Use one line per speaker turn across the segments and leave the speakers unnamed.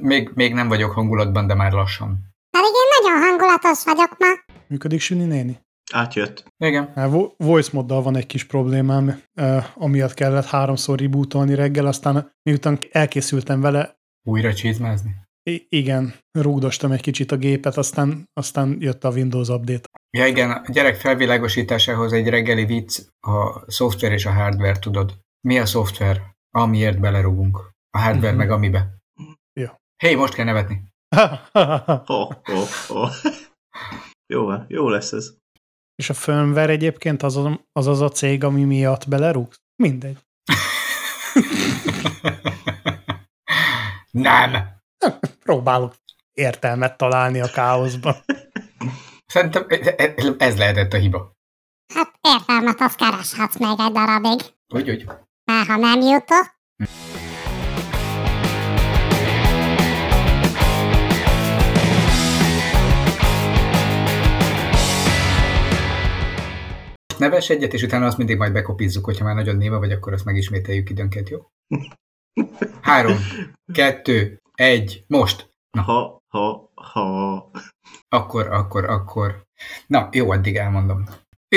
Még, még nem vagyok hangulatban, de már lassan.
Pedig én nagyon hangulatos vagyok ma.
Működik Süni néni?
Átjött.
Igen.
Már vo- voice moddal van egy kis problémám, eh, amiatt kellett háromszor rebootolni reggel, aztán miután elkészültem vele,
Újra csizmázni.
i- igen, rúgdostam egy kicsit a gépet, aztán, aztán jött a Windows update.
Ja igen, a gyerek felvilágosításához egy reggeli vicc, a szoftver és a hardware, tudod. Mi a szoftver? Amiért belerúgunk. A hardware
Mhm.
meg amibe.
Ja.
Hé, hey, most kell nevetni.
Oh, oh, oh. Jó van, jó lesz ez.
És a firmware egyébként az az, az az a cég, ami miatt belerúgsz? Mindegy.
Nem!
Próbálok értelmet találni a káoszban.
Szerintem e, ez lehetett a hiba.
Hát értelmet azt kereshetsz még egy darabig.
Úgy, úgy.
Már ha nem jutott,
Neves egyet, és utána azt mindig majd bekopizzuk, hogyha már nagyon néma vagy, akkor azt megismételjük időnként, jó? Három, kettő, egy, most.
Ha, ha, ha.
Akkor, akkor, akkor. Na, jó, addig elmondom.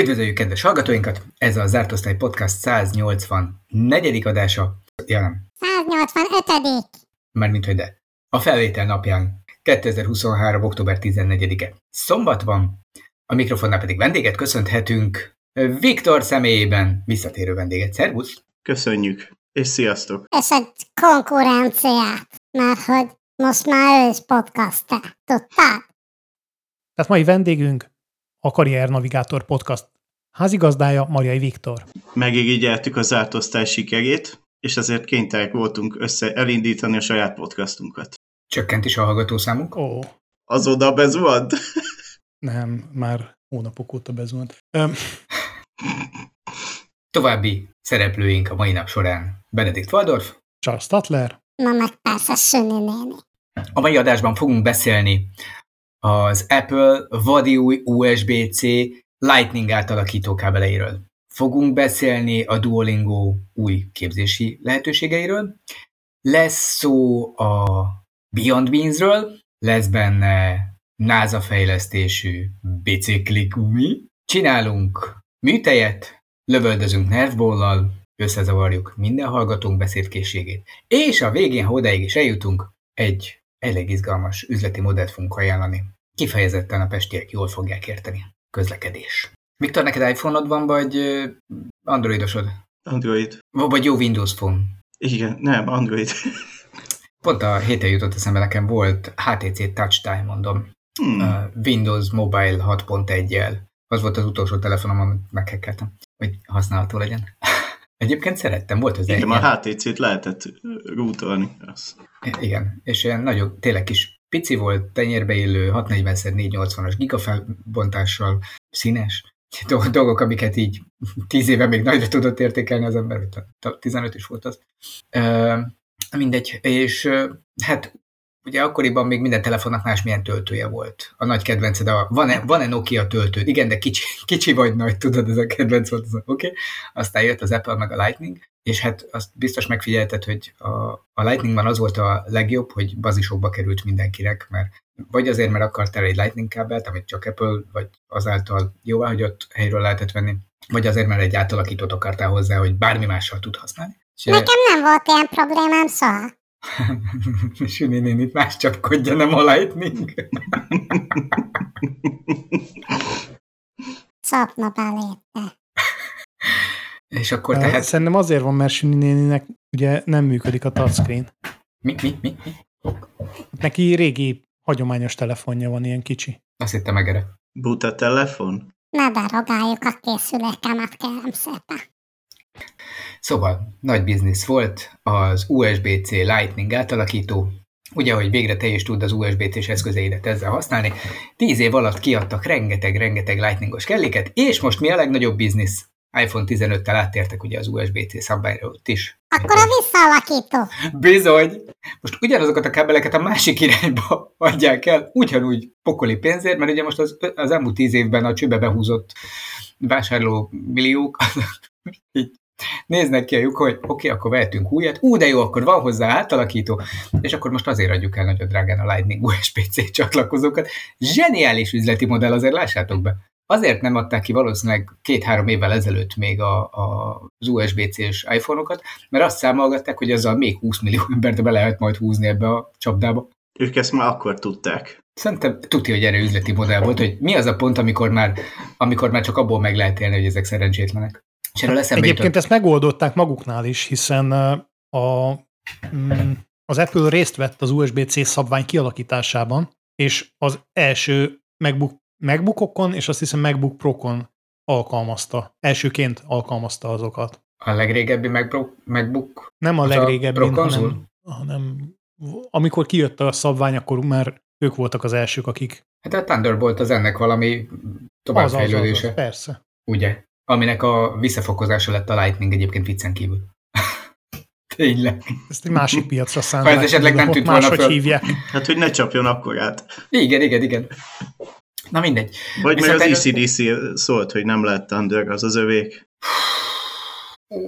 Üdvözöljük kedves hallgatóinkat! Ez a Zárt Osztály Podcast 184. adása. Ja nem,
185
mármint hogy de. A felvétel napján 2023. október 14-e. Szombat van, a mikrofonnál pedig vendéget köszönthetünk. Viktor személyében visszatérő vendéget. Szervusz!
Köszönjük, és sziasztok.
és egy konkurenciát. Mert hogy most már ő is podcaster. Tudtad?
Tehát mai vendégünk a Karriernavigátor Podcast házigazdája Marjai Viktor.
Megígértük a zárt osztály sikerét, és ezért kénytelenek voltunk össze elindítani a saját podcastunkat.
Csökkent is a hallgatószámunk.
Ó,
Azóta bezuhant?
nem, már hónapok óta bezuhant. Öm,
További szereplőink a mai nap során Benedikt Waldorf.
Charles Statler,
Na meg persze Süni néni.
A mai adásban fogunk beszélni az Apple vadi új USB-C Lightning átalakító kábeleiről. Fogunk beszélni a Duolingo új képzési lehetőségeiről. Lesz szó a Beyond Beansről, lesz benne NASA fejlesztésű biciklikumi. Csinálunk műtejet, lövöldözünk nervbóllal, összezavarjuk minden hallgatónk beszédkészségét. És a végén, ha odáig is eljutunk, egy elég izgalmas üzleti modellt fogunk ajánlani. Kifejezetten a pestiek jól fogják érteni. Közlekedés. Viktor, neked iPhone-od van, vagy ö, Androidosod?
Android.
V- Vagy jó Windows Phone?
Igen, nem, Android.
Pont a héten jutott eszembe, nekem volt HTC Touch Time, mondom,
Hmm.
ö, Windows Mobile 6.1-jel. Az volt az utolsó telefonom, amit meghekkeltem, hogy használható legyen. Egyébként szerettem, volt az
Igen, a HTC-t lehetett rútolni. Az.
Igen, és ilyen nagyon, tényleg kis pici volt, tenyérbe illő, 640x480-as gigafelbontással, színes do- dolgok, amiket így 10 éve még nagyra tudott értékelni az ember, t- t- 15 is volt az. Ö, mindegy, és ö, hát ugye akkoriban még minden telefonnak másmilyen töltője volt. A nagy kedvenced, a, van-e, van-e Nokia töltőd? Igen, de kicsi, kicsi vagy nagy, tudod, ez a kedvenc volt, az oké. Okay. Aztán jött az Apple meg a Lightning, és hát azt biztos megfigyelted, hogy a, a Lightningban az volt a legjobb, hogy bazisokba került mindenkinek, mert vagy azért, mert akartál egy Lightning kábelt, amit csak Apple, vagy azáltal jóváhagyott helyről lehetett venni, vagy azért, mert egy átalakítót akartál hozzá, hogy bármi mással tud használni. És, eh,
Nekem nem volt ilyen problémám soha.
Süni néni, más csapkodja, nem a lightning.
Szopna belépte.
És akkor
Tehát...
tehát...
Szerintem azért van, mert Süni néninek ugye nem működik a touchscreen.
Mi, mi, mi? mi?
Neki régi hagyományos telefonja van, ilyen kicsi.
Azt hittem megere.
Buta telefon?
Ne darogáljuk a készülékemet, kérem szépen.
Szóval, nagy biznisz volt az USB-C Lightning átalakító. Ugye, hogy végre te is tudd az USB-C-s eszközeidet ezzel használni. Tíz év alatt kiadtak rengeteg-rengeteg lightningos kelléket, és most mi a legnagyobb biznisz? iPhone 15-tel áttértek ugye az USB-C szabályra ott is.
Akkor a visszaalakító.
Bizony! Most ugyanazokat a kábeleket a másik irányba adják el, ugyanúgy pokoli pénzért, mert ugye most az, az elmúlt tíz évben a csőbe behúzott vásárló milliók, azok így Néznek ki a lyuk, hogy oké, okay, akkor vehetünk újat. Ú, de jó, akkor van hozzá átalakító. És akkor most azért adjuk el nagyon drágán a Lightning USB-C csatlakozókat. Zseniális üzleti modell, azért lássátok be. Azért nem adták ki valószínűleg két-három évvel ezelőtt még a, a, az USB-C-s iPhone-okat, mert azt számolgatták, hogy azzal még 20 millió embert be lehet majd húzni ebbe a csapdába.
Ők ezt már akkor tudták.
Szerintem tudja, hogy erre üzleti modell volt, hogy mi az a pont, amikor már, amikor már csak abból meg lehet élni, hogy ezek szerencsétlenek. És erről eszembe
Egyébként
jutott.
ezt megoldották maguknál is, hiszen ö, a, mm, az Apple részt vett az USB-C szabvány kialakításában, és az első MacBook, MacBookokon, és azt hiszem MacBook Pro-kon alkalmazta. Elsőként alkalmazta azokat.
A legrégebbi MacBook, MacBook
Nem a
Az a
legrégebbi,
Pro konzul?
hanem, hanem amikor kijött a szabvány, akkor már ők voltak az elsők, akik
hát a Thunderbolt az ennek valami
az, az, az,
továbbfejlődése,
az, persze.
ugye? Aminek a visszafokozása lett a Lightning egyébként viccen kívül. Tényleg.
Ezt egy másik piacra
Ha
szánták.
ez esetleg nem
ott
tűnt volna
máshogy
föl.
hívják.
Hát, hogy ne csapjon akkorát.
Igen, igen, igen. Na mindegy.
Vagy meg
Viszont
az E
erről-
ECDC szólt, hogy nem lett Thunder, az az övék.
Ó,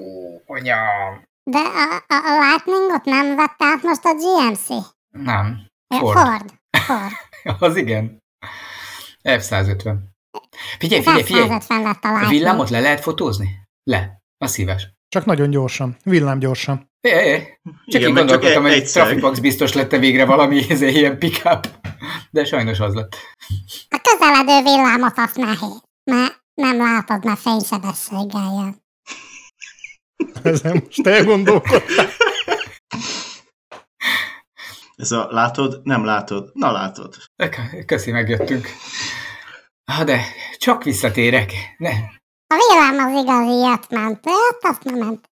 anyám.
De a, a, a Lightningot nem vett át most a GMC?
Nem.
Ö,
Ford.
Ford. Ford.
Az igen. F-150. Figyelj, figyelj, figyelj.
150 lett a
A
Lightning.
villámot le lehet fotózni? Le. A szíves.
Csak nagyon gyorsan, villám gyorsan.
Jé, jé. Csak Igen,
Igen,
így
mert csak
gondolkodtam, hogy
egy-
egy
egyszer.
Traffic Box biztos lett végre valami ez egy ilyen pickup, de sajnos az lett.
A közeledő villámot azt nehéz, mert nem látod, mert fénysebességgel jön.
Ezen most elgondolkodtam.
Ez a látod, nem látod, na látod.
K- Köszi, megjöttünk. Ha de, csak visszatérek. Ne.
A villám az igazi jött ment, jött azt nem ment.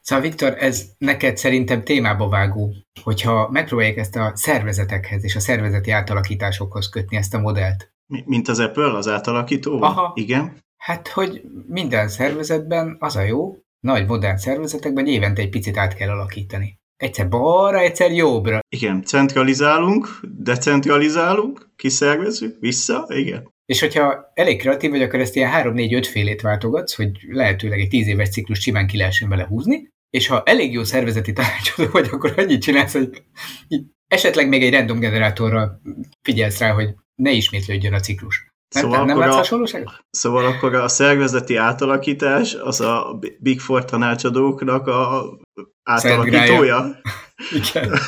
Szóval Viktor, ez neked szerintem témába vágó, hogyha megpróbálják ezt a szervezetekhez és a szervezeti átalakításokhoz kötni ezt a modellt.
Mi- Mint az Apple, az átalakító?
Aha.
Igen.
Hát, hogy minden szervezetben az a jó, nagy modern szervezetekben évente egy picit át kell alakítani. Egyszer balra, egyszer jobbra.
Igen, centralizálunk, decentralizálunk, kiszervezzük, vissza, igen.
És hogyha elég kreatív vagy, akkor ezt ilyen 3-4-5 félét váltogatsz, hogy lehetőleg egy 10 éves ciklus simán ki lehessen vele húzni, és ha elég jó szervezeti tanácsadó vagy, akkor annyit csinálsz, hogy így esetleg még egy random generátorral figyelsz rá, hogy ne ismétlődjön a ciklus. Nem, szóval nem látsz
a,
hasonlóságot?
szóval akkor a szervezeti átalakítás az a Big Four tanácsadóknak a átalakítója?
Igen.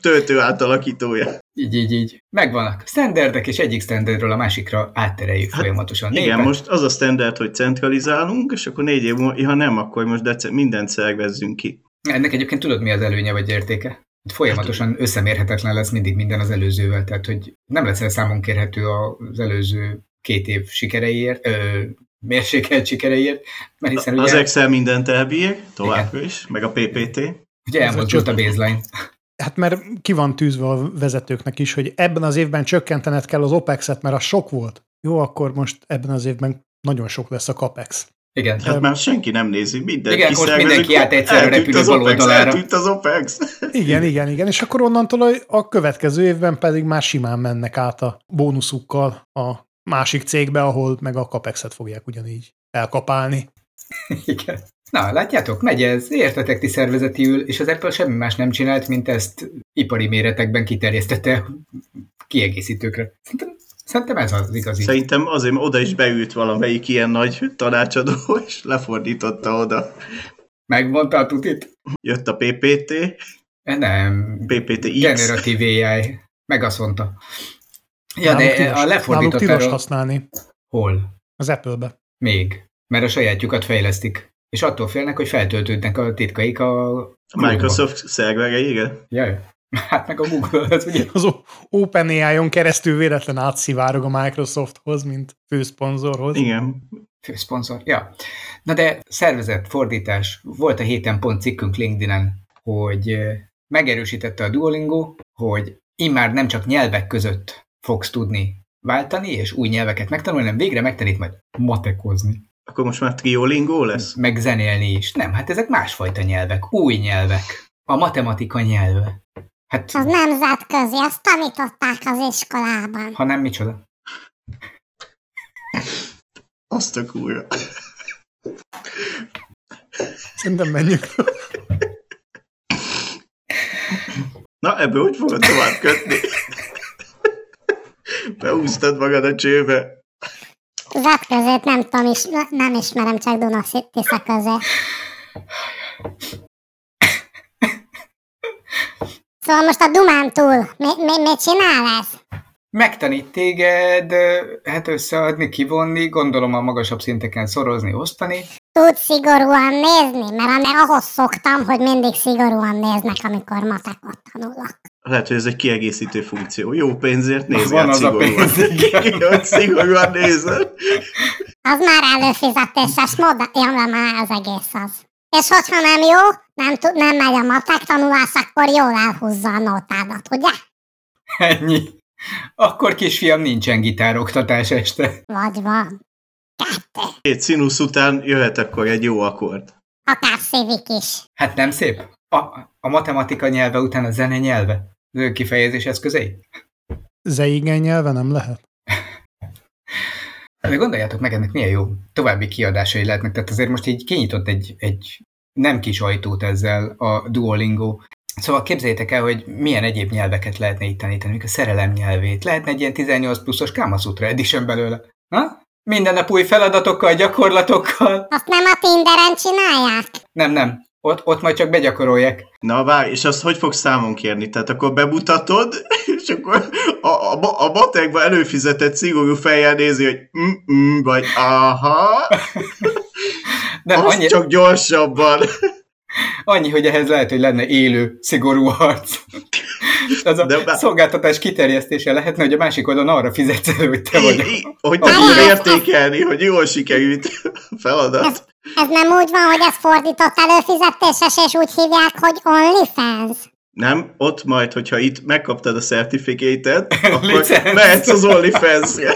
Töltő átalakítója.
Így, így, így. Megvannak standardek, és egyik standardről a másikra áttereljük
Hát,
folyamatosan.
Igen,
Népen-
most az a standard, hogy centralizálunk, és akkor négy év múlva, ha nem, akkor most dece- mindent szervezzünk ki.
Ennek egyébként tudod, mi az előnye vagy értéke? Hát folyamatosan összemérhetetlen lesz mindig minden az előzővel, tehát hogy nem leszel számon kérhető az előző két év sikereiért, ö, mérsékelt sikereiért, mert hiszen
Az
ugye,
Excel mindent elbír, továbbra is, meg a PPT.
ugye elmozdult a baseline.
Hát mert ki van tűzve a vezetőknek is, hogy ebben az évben csökkentened kell az OPEX-et, mert az sok volt. Jó, akkor most ebben az évben nagyon sok lesz a CAPEX.
Igen.
Hát már senki nem nézi, minden
Igen, most
kiszervezik,
mindenki állt egyszerre
eltűnt
repülő
az
bal
OPEX,
oldalára.
Eltűnt az OPEX.
Igen, igen, igen. És akkor onnantól a- a következő évben pedig már simán mennek át a bónuszukkal a másik cégbe, ahol meg a CAPEX-et fogják ugyanígy elkapálni.
Igen. Na, látjátok, megy ez, értetek ti szervezetiül, és az Apple semmi más nem csinált, mint ezt ipari méretekben kiterjesztette kiegészítőkre. Szerintem, szerintem ez az igazi.
Szerintem azért oda is beült valamelyik ilyen nagy tanácsadó, és lefordította oda.
Megmondta a tutit? Eh,
Jött a PPT,
Nem,
PPTX.
generatív AI. Meg azt mondta. Ja,
Náluk
de
tilos.
a
Náluk
lefordított
tilos
erről...
használni
Hol?
az Apple-be.
Még. Mert a sajátjukat fejlesztik. És attól félnek, hogy feltöltődnek a titkaik a...
A Microsoft szervere, igen.
Jaj. Hát meg a Google, az ugye
Az O- OpenAI-on keresztül véletlen átszivárog a Microsofthoz, mint főszponzorhoz.
Igen.
főszponzor. Ja. Na de szervezett fordítás. Volt a héten pont cikkünk LinkedIn-en, hogy eh, megerősítette a Duolingo, hogy immár nem csak nyelvek között fogsz tudni váltani, és új nyelveket megtanulni, hanem végre megtanít majd matekozni,
Akkor most már Triolingo lesz?
meg zenélni is. Nem, hát ezek másfajta nyelvek, új nyelvek. A matematika nyelve. Hát,
Az nemzetközi, azt tanították az iskolában.
ha nem, micsoda?
Azt a kurva.
Szerintem menjünk.
Na, ebből úgy fogod tovább kötni. Beúztad magad a csőbe.
Zát között nem tudom, is, nem ismerem, csak Duna Tisza között. Szóval most a Dumán túl, mit mi, mi mit csinál ez?
Megtanít téged, hát összeadni, kivonni, gondolom a magasabb szinteken szorozni, osztani.
Tud szigorúan nézni, mert am- ahhoz szoktam, hogy mindig szigorúan néznek, amikor matekot tanulok.
Lehet, hogy ez egy kiegészítő funkció. Jó pénzért nézni
Van
át
az a
szigorúan.
pénz, igen.
Igen, szigorúan nézel.
Az már előfizetéses modell, ja, de már az egész az. És hogyha nem jó, nem, tud, nem megy a matek tanulás, akkor jól elhúzza a nótádat, ugye?
Ennyi. Akkor kisfiam nincsen gitároktatás este.
Vagy van. Kettő.
Két színusz után jöhet akkor egy jó akkord.
Akár szívik is.
Hát nem szép? A, a matematika nyelve után a zene nyelve? Az ő kifejezés eszközei?
Zeigen nyelve nem lehet?
De gondoljátok meg, ennek milyen jó további kiadásai lehetnek. Tehát azért most így kinyitott egy, egy nem kis ajtót ezzel a Duolingo. Szóval képzeljétek el, hogy milyen egyéb nyelveket lehetne itt tanítani, mondjuk a szerelem nyelvét. Lehetne egy ilyen 18 pluszos Kamasutra edition belőle. Na? Minden nap új feladatokkal, gyakorlatokkal.
Azt nem a Tinderen csinálják?
Nem, nem. Ott, ott majd csak begyakorolják.
Na várj, és azt hogy fogsz számon kérni? Tehát akkor bemutatod, és akkor a, a, ma- a matekba előfizetett szigorú fejjel nézi, hogy mm, mm, vagy aha,
Nem,
azt
annyi,
csak gyorsabban.
annyi, hogy ehhez lehet, hogy lenne élő, szigorú harc. Ez a
De bár-
szolgáltatás kiterjesztése lehetne, hogy a másik oldalon arra fizetsz elő, hogy te vagy.
Így,
a-
így, hogy te tudod értékelni, hogy jól sikerült a feladat.
Ez nem úgy van, hogy ez fordított előfizetéses, és úgy hívják, hogy OnlyFans.
Nem, ott majd, hogyha itt megkaptad a certifikétet, akkor
Licenc.
mehetsz az OnlyFans-re.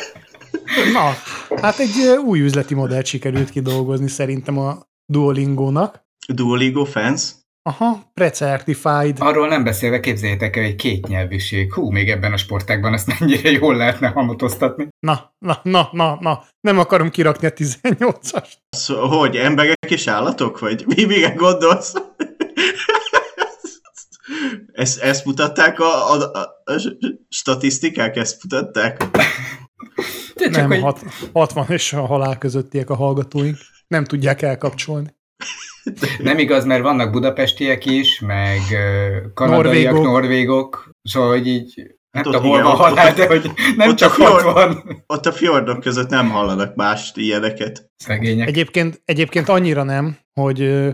Na, hát egy ö, új üzleti modellt sikerült kidolgozni szerintem a Duolingónak.
Duolingo fans?
Aha, pre-certified.
Arról nem beszélve képzeljétek el egy kétnyelvűség. Hú, még ebben a sportákban ezt mennyire jól lehetne hamotoztatni.
Na, na, na, na, na, nem akarom kirakni a 18-ast.
Szó- Hogy, emberek és állatok? Vagy mi, mire gondolsz? Ezt, ezt mutatták a, a, a, a statisztikák? Ezt mutatták?
De
Nem,
hogy
hat, 60 és a halál közöttiek a hallgatóink. Nem tudják elkapcsolni.
nem igaz, mert vannak budapestiek is, meg ö, kanadaiak, norvégok,
Norvégok.
norvégok szóval hogy így nem
Hát ott
tudom, hol
igen,
van
ott-
halál, de hogy nem
ott
csak
a fjord-
ott van.
Ott a fjordok között nem hallanak mást ilyeneket.
Szegények.
Egyébként, egyébként annyira nem, hogy ö,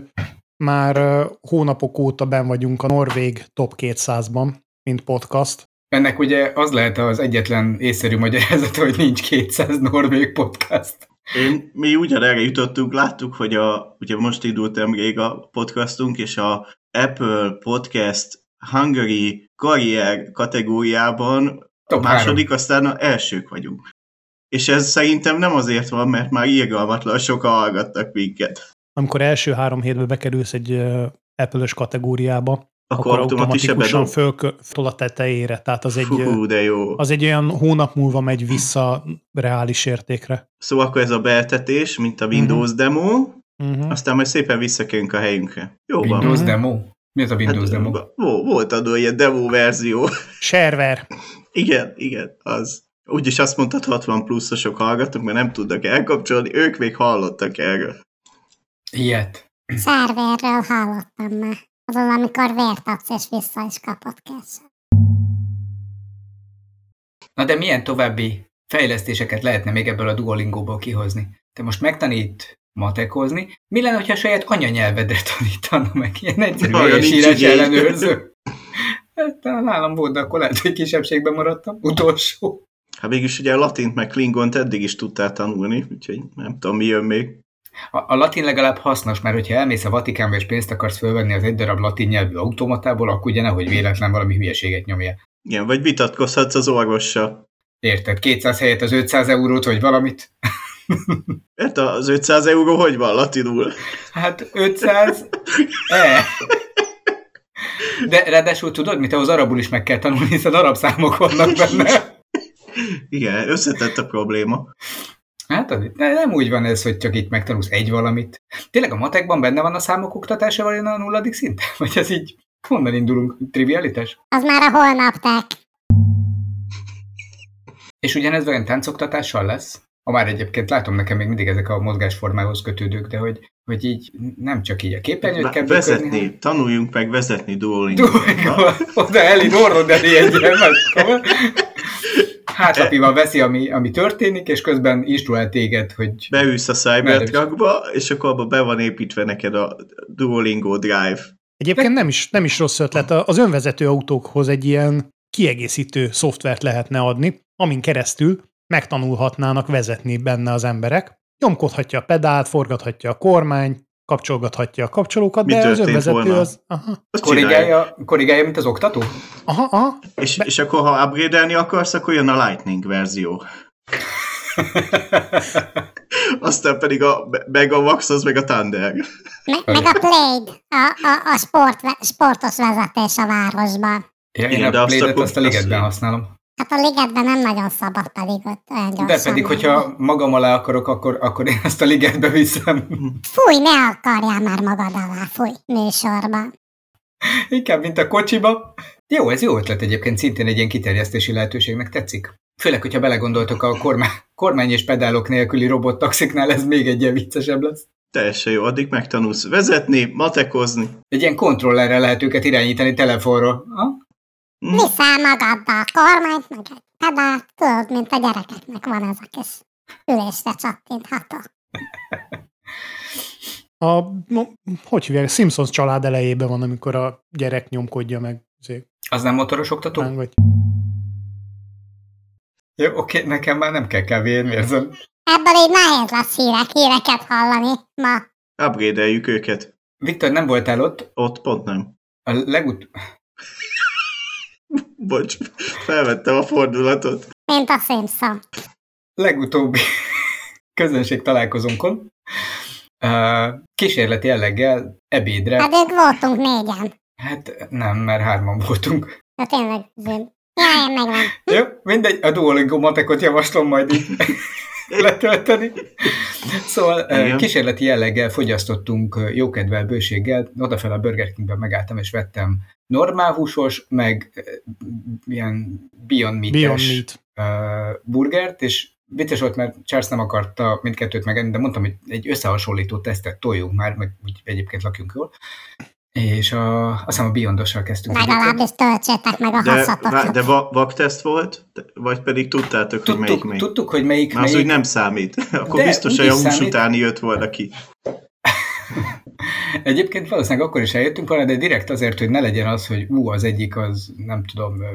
már ö, hónapok óta ben vagyunk a Norvég top 200-ban, mint podcast.
Ennek ugye az lehet az egyetlen észszerű magyarázat, hogy nincs 200 norvég podcast.
Én, mi ugyanerre jutottunk, láttuk, hogy a, ugye most indult nemrég a podcastunk, és a Apple Podcast Hungary karrier kategóriában
Top három.
második, aztán a elsők vagyunk. És ez szerintem nem azért van, mert már irgalmatlan sokan hallgattak minket.
Amikor első három hétbe bekerülsz egy ö, Apple-ös kategóriába,
Akkor, akkor automatikusan
automatikusan
föl...
föltol a tetejére. Tehát az egy, ö,
Fú, de jó.
az egy olyan hónap múlva megy vissza reális értékre.
Szóval akkor ez a beeltetés, mint a Windows demo,
Uh-huh.
aztán majd szépen visszakerünk a helyünkre. Jó van.
Windows
Mhm.
demo? Mi az a Windows
hát,
demo?
vo- Volt adó ilyen demo verzió.
Server.
Igen, igen, az. Úgyis azt mondtad, 60 pluszosok hallgatók, mert nem tudnak elkapcsolni, ők még hallottak erről.
Ilyet.
Szerverről hallottam már. Azon, amikor vért adsz, és vissza is kapod később.
Na de milyen további fejlesztéseket lehetne még ebből a Duolingóból kihozni? Te most megtanít matekozni, mi lenne, hogyha a saját anyanyelvedre tanítana meg? Ilyen egyszerű
Arra
helyes
nincs
írás
igény.
ellenőrző. Hát, Talán nálam volt, de akkor lehet, hogy kisebbségben maradtam. Utolsó.
Hát mégis ugye a latint meg klingont eddig is tudtál tanulni, úgyhogy nem tudom, mi jön még.
A, a latin legalább hasznos, mert hogyha elmész a Vatikánba és pénzt akarsz fölvenni az egy darab latin nyelvű automatából, akkor ugye nehogy véletlen valami hülyeséget nyomja.
Igen, vagy vitatkozhatsz az orvossal.
Érted? 200 helyett az 500 eurót, vagy valamit?
Hát az 500 euró hogy van latinul?
Hát 500... E. De ráadásul tudod, mit ahhoz arabul is meg kell tanulni, hiszen arab számok vannak benne.
Igen, összetett a probléma.
Hát az- de nem úgy van ez, hogy csak itt megtanulsz egy valamit. Tényleg a matekban benne van a számok oktatása vajon a nulladik szint? Vagy ez így honnan indulunk? Trivialitás?
Az már a holnaptek.
És ugyanez vajon táncoktatással lesz? Ha már egyébként látom nekem még mindig ezek a mozgásformához kötődők, de hogy, hogy így nem csak így a képernyőt kell
Be-
bökölni,
vezetni, tanuljunk meg vezetni duolingo
Duolingo. Oda Eli Dorrod elé egy ilyen macska.
E-
Hátlapival Hát, veszi, ami, ami történik, és közben instruál téged, hogy
Beülsz a Cybertruckba, és akkor abba be van építve neked a Duolingo Drive.
Egyébként nem is, nem is rossz ötlet. Az önvezető autókhoz egy ilyen kiegészítő szoftvert lehetne adni, amin keresztül megtanulhatnának vezetni benne az emberek. Nyomkodhatja a pedált, forgathatja a kormány, kapcsolgathatja a kapcsolókat,
Mi
de az
történt
önvezető
volna?
az... Aha,
Azt csinálja.
korrigálja, korrigálja, mint az oktató?
aha, aha.
És, és akkor, ha upgrade akarsz, akkor jön a Lightning verzió. Aztán pedig a Megavax, az meg a Thunder.
Me- meg a Plaid, a, a, a sport, sportos vezetés a városban.
Ja, én
Igen, de
a
azt
plédet
akkor-
azt a ligetben
azt-
használom.
Hát a ligetben nem nagyon szabad pedig ott olyan gyorsan.
De pedig,
menni.
hogyha magam alá akarok, akkor, akkor én ezt a ligetbe viszem.
Fúj, ne akarjál már magad alá, fúj, műsorban.
Inkább, mint a kocsiba. Jó, ez jó ötlet egyébként, szintén egy ilyen kiterjesztési lehetőségnek tetszik. Főleg, hogyha belegondoltok a kormány, kormány és pedálok nélküli robottaxiknál, ez még egy ilyen viccesebb lesz.
Teljesen jó, addig megtanulsz vezetni, matekozni.
Egy ilyen kontrollerre lehet őket irányítani telefonról. Ha?
Hm,
Viszel magaddal a kormányt, meg egy pedált, tudod, mint a gyerekeknek van ez a kis ülésre csattintható.
A, mo- hogy hívják, Simpsons család elejében van, amikor a gyerek nyomkodja meg. izé,
Az nem motoros oktató?
láng Vagy.
Jó, oké, nekem már nem kell kávé, én érzem.
Ebből így nehéz lesz hírek, híreket hallani ma.
Upgrade-eljük őket.
Viktor, nem voltál ott?
Ott pont nem.
A legut...
Bocs, felvettem a fordulatot.
Mint a Simpson.
legutóbbi közönség találkozónkon ö, kísérleti jelleggel ebédre,
Hát ők voltunk négyen.
hát nem, mert hárman voltunk.
De tényleg zűn. Ja, én megvan.
Jó, mindegy, a Duolingo matekot javaslom majd így letölteni. Szóval Igen.
Igen.
kísérleti jelleggel fogyasztottunk ö, jókedvel, bőséggel. Odafel a Burger Kingben megálltam, és vettem normál húsos, meg ö, ilyen Beyond Meat-es
Beyond Meat.
ö, burgert, és vicces volt, mert Charles nem akarta mindkettőt megenni, de mondtam, hogy egy összehasonlító tesztet toljunk már, meg úgy egyébként lakjunk jól. És a, azt hiszem a Beyondossal kezdtünk. egyébként.
Legalábbis töltsétek meg a
De, vá-
haszatokat.
de va- vakteszt volt? Te- Vagy pedig tudtátok, hogy melyik
Tudtuk,
melyik?
tudtuk, hogy melyik,
Már az úgy
melyik.
nem számít. Akkor
De,
biztos,
úgy
hogy a
is
hús
számít.
utáni jött volna ki.
Egyébként valószínűleg akkor is eljöttünk volna, de direkt azért, hogy ne legyen az, hogy ú, az egyik az, nem tudom, ö,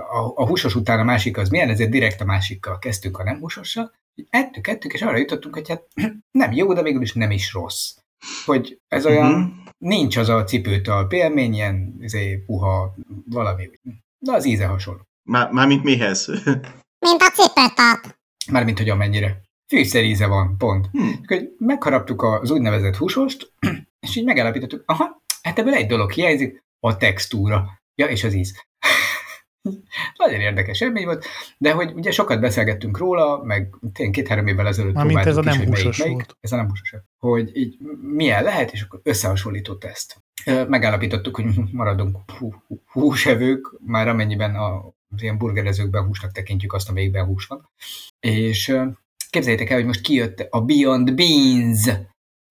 a, a húsos után a másik az milyen, ezért direkt a másikkal kezdtünk a nem húsossal. Így Ettük, ettük, és arra jutottunk, hogy hát nem jó, de végül is nem is rossz. Hogy ez olyan,
Mhm.
nincs az a cipőtal pélmény, ilyen izé, puha valami. úgy. De az íze hasonló.
Már, mármint mihez?
Mint a cipőtap.
Mármint, hogy amennyire. Fűszer íze van, pont.
Hm.
Csak, hogy megharaptuk az úgynevezett húsost, és így megállapítottuk, aha, hát ebből egy dolog hiányzik, a textúra. Ja, és az íz. Nagyon érdekes élmény volt, de hogy ugye sokat beszélgettünk róla, meg tényleg két-három évvel ezelőtt
Mármint ez a
próbáltuk
nem
is, hogy
húsos
melyik, melyik.
volt.
Ez a nem húsos. Hogy így milyen lehet, és akkor összehasonlító teszt. Ö, Megállapítottuk, hogy maradunk hú- hú- húsevők, már amennyiben a az ilyen burgerezőkben húsnak tekintjük azt, amelyikben hús van. És ö, Képzeljétek el, hogy most kijött a Beyond Beans,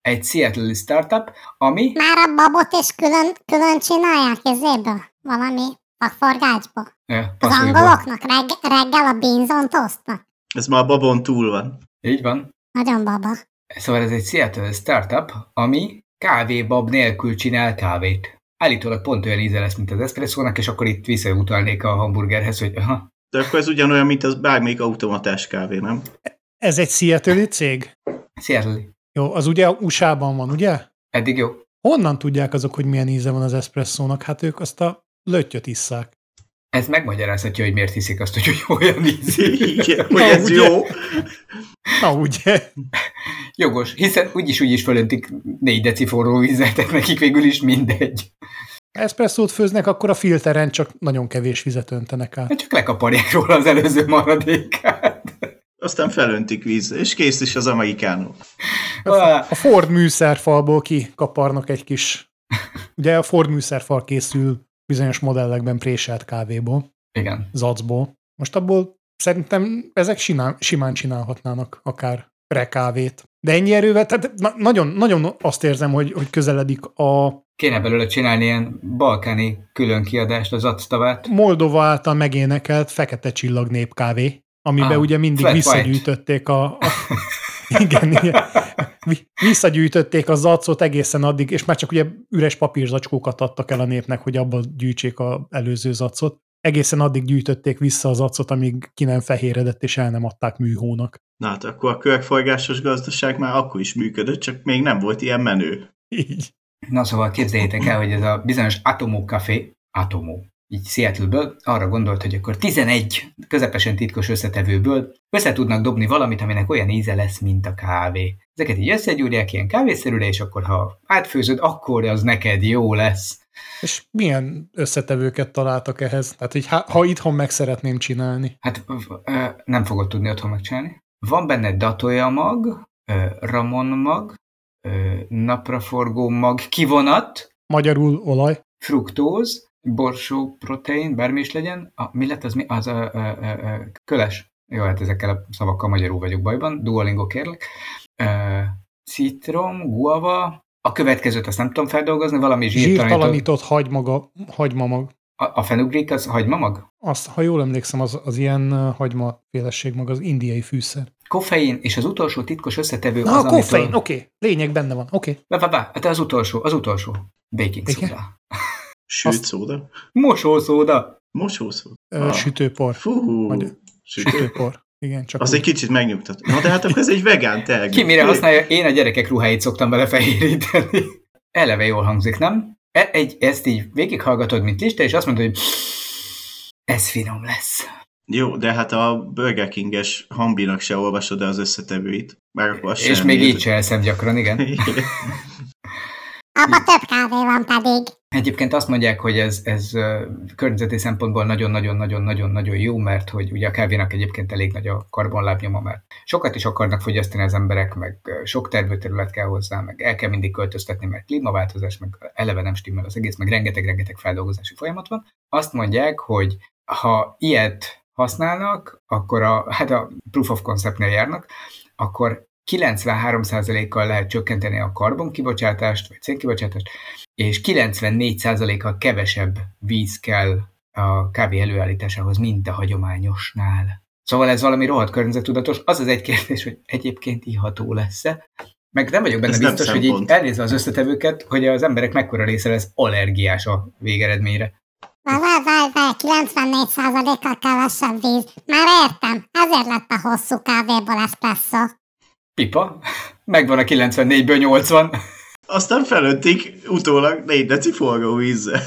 egy seattle startup, ami
Már a babot is külön, külön csinálják ezéből. Valami vakforgácsból.
Ö,
Az
passzoljuk be.
angoloknak regg, reggel a binzon tosztnak.
Ez már a babon túl van.
Így van.
Nagyon baba.
Szóval ez egy seattle startup, ami kávébab nélkül csinál kávét. Állítólag pont olyan íze lesz, mint az eszpresszónak, és akkor itt visszautalnék a hamburgerhez, hogy aha,
De akkor ez ugyanolyan, mint az bármelyik automatás kávé, nem?
Ez egy seattle cég?
Seattle.
Jó, az ugye USA-ban van, ugye?
Eddig jó.
Honnan tudják azok, hogy milyen íze van az eszpresszónak? Hát ők azt a löttyöt isszák.
Ez megmagyarázhatja, hogy miért hiszik azt, hogy olyan ízű.
Igen, hogy
Na,
ez
ugye?
jó.
Na ugye?
Jogos, hiszen úgyis úgyis fölöntik négy deci forró vízzel, tehát nekik végül is mindegy.
Ha eszpresszót főznek, akkor a filteren csak nagyon kevés vizet öntenek át.
Hát Csak lekaparják róla az előző maradékát.
aztán felöntik víz, és kész is az amerikánó.
Ah,
A Ford műszerfalból kikaparnak egy kis... Ugye a Ford műszerfal készül bizonyos modellekben préselt kávéból,
igen.
zacból. Most abból szerintem ezek simán, simán csinálhatnának akár rekávét. De ennyi erővel, tehát na- nagyon, nagyon azt érzem, hogy, hogy közeledik a
Kéne belőle csinálni ilyen balkáni külön kiadást, az actavát.
Moldova által megénekelt Fekete Csillag népkávé, amiben
Ah,
ugye mindig
Flat
visszagyűjtötték a, a igen, igen, Vi- visszagyűjtötték a zacot egészen addig, és már csak ugye üres papírzacskókat adtak el a népnek, hogy abban gyűjtsék az előző zacot. Egészen addig gyűjtötték vissza az acot, amíg ki nem fehéredett, és el nem adták műhónak.
Na hát akkor a körforgásos gazdaság már akkor is működött, csak még nem volt ilyen menő.
Így.
Na szóval képzeljétek el, hogy ez a bizonyos Atomo Café, Atomo, így Seattle-ből, arra gondolt, hogy akkor 11 közepesen titkos összetevőből össze tudnak dobni valamit, aminek olyan íze lesz, mint a kávé. Ezeket így összegyúrják ilyen kávészerűre, és akkor ha átfőzöd, akkor az neked jó lesz.
És milyen összetevőket találtak ehhez? Tehát, hogy ha, ha itthon meg szeretném csinálni.
Hát v- ö, nem fogod tudni otthon megcsinálni. Van benne datoja mag, ö, ramon mag, ö, napraforgó mag, kivonat,
Magyarul olaj.
fruktóz, borsó protein, bármi is legyen, a, mi lett az mi? Az a, a, a, a köles. Jó, hát ezekkel a szavakkal magyarul vagyok bajban, duolingo kérlek. Ö, citrom, guava, a következőt azt nem tudom feldolgozni, valami zsírtalanító.
Zsírtalanított hagymaga, hagymamag.
A, a fenugrik az hagymamag?
Azt, ha jól emlékszem, az, az ilyen ö, hagymafélesség maga, az indiai fűszer.
Koffein, és az utolsó titkos összetevő
Na,
az,
a koffein,
amitől...
oké, okay. lényeg benne van, oké. Okay.
Vá, vá, vá, hát az utolsó, az utolsó. Baking
Igen?
soda.
Sőt
Azt-
szóda.
Mosószóda.
Mosószóda.
Ah.
Ah.
Sütőpor.
Fú,
Magyar-
sütő.
Sütőpor. Igen, csak
Az
úgy.
egy kicsit megnyugtató. Na de hát akkor ez egy vegán termék.
Ki mire használja? Én a gyerekek ruháit szoktam vele fehéríteni. Eleve jól hangzik, nem? E- egy, ezt így végighallgatod, mint lista, és azt mondod, hogy ez finom lesz.
Jó, de hát a Burger King-es hambinak se olvasod el az összetevőit. Már akkor az
és
sem
még
nézed.
így se eszem gyakran, igen.
Igen. Hm.
Abba több kávé van pedig.
Egyébként azt mondják, hogy ez, ez ö, környezeti szempontból nagyon-nagyon-nagyon-nagyon-nagyon jó, mert hogy ugye a kávénak egyébként elég nagy a karbonlábnyoma, mert sokat is akarnak fogyasztani az emberek, meg ö, sok termőterület kell hozzá, meg el kell mindig költöztetni, mert klímaváltozás, meg eleve nem stimmel az egész, meg rengeteg-rengeteg feldolgozási folyamat van. Azt mondják, hogy ha ilyet használnak, akkor a, hát a proof of conceptnél járnak, akkor 93%-kal lehet csökkenteni a karbonkibocsátást, vagy szénkibocsátást, és 94%-kal kevesebb víz kell a kávé előállításához, mint a hagyományosnál. Szóval ez valami rohadt környezettudatos. Az az egy kérdés, hogy egyébként iható lesz-e? Meg nem vagyok benne
Ez nem
biztos, hogy így
szempont.
elnézve az összetevőket, hogy az emberek mekkora része lesz allergiás a végeredményre.
Várj, várj, várj, várj, 94%-kal kevesebb víz. Már értem, ezért lett a hosszú kávéból espresszó.
Pipa, megvan a 94-ből 80.
Aztán felöntik utólag 4 deci forró vízzel.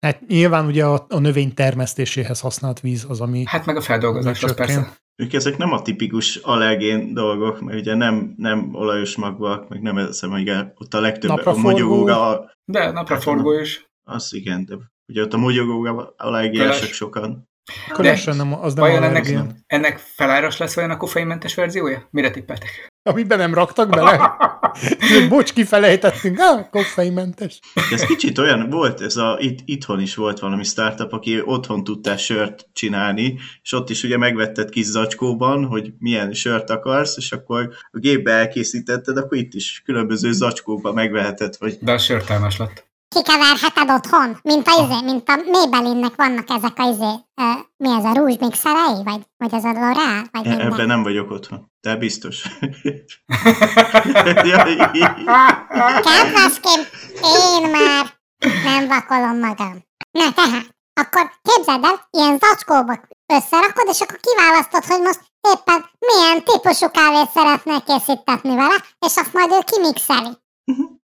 Hát nyilván ugye a, a növény termesztéséhez használt víz az, ami...
Hát meg a feldolgozáshoz
Csökken.
persze.
Ők ezek nem a tipikus allergén dolgok, mert ugye nem, nem olajos magvak, meg nem eszem, hogy ott a legtöbb
Napraforgó.
a mogyogóra,
De
Hát
napraforgó is.
az igen, de ugye ott a mogyogóra allergiások
Köles.
sokan.
Különösen nem, az nem
Vajon
allergén.
ennek, ennek feláras lesz olyan a koffeinmentes verziója? Mire tippeltek?
Amiben nem raktak bele? Bocs, kifelejtettünk. Á, koffeinmentes.
Ez kicsit olyan volt, ez a, itt, itthon is volt valami startup, aki otthon tudtál sört csinálni, és ott is ugye megvetted kis zacskóban, hogy milyen sört akarsz, és akkor a gépbe elkészítetted, akkor itt is különböző zacskóba megveheted, vagy
De a sörtelmes lett.
Kikeverheted otthon, mint a izé, mint a Maybelline-nek vannak ezek a izé, ö, mi ez a rúzsmixerei, vagy, vagy ez a L'Oreal, vagy
E-
minden.
Ebben nem vagyok otthon. De biztos. ja, í-
Kedveském, én már nem vakolom magam. Na tehát, akkor képzeld el, ilyen zacskóba összerakod, és akkor kiválasztod, hogy most éppen milyen típusú kávét szeretnél készítetni vele, és azt majd ő kimixeli.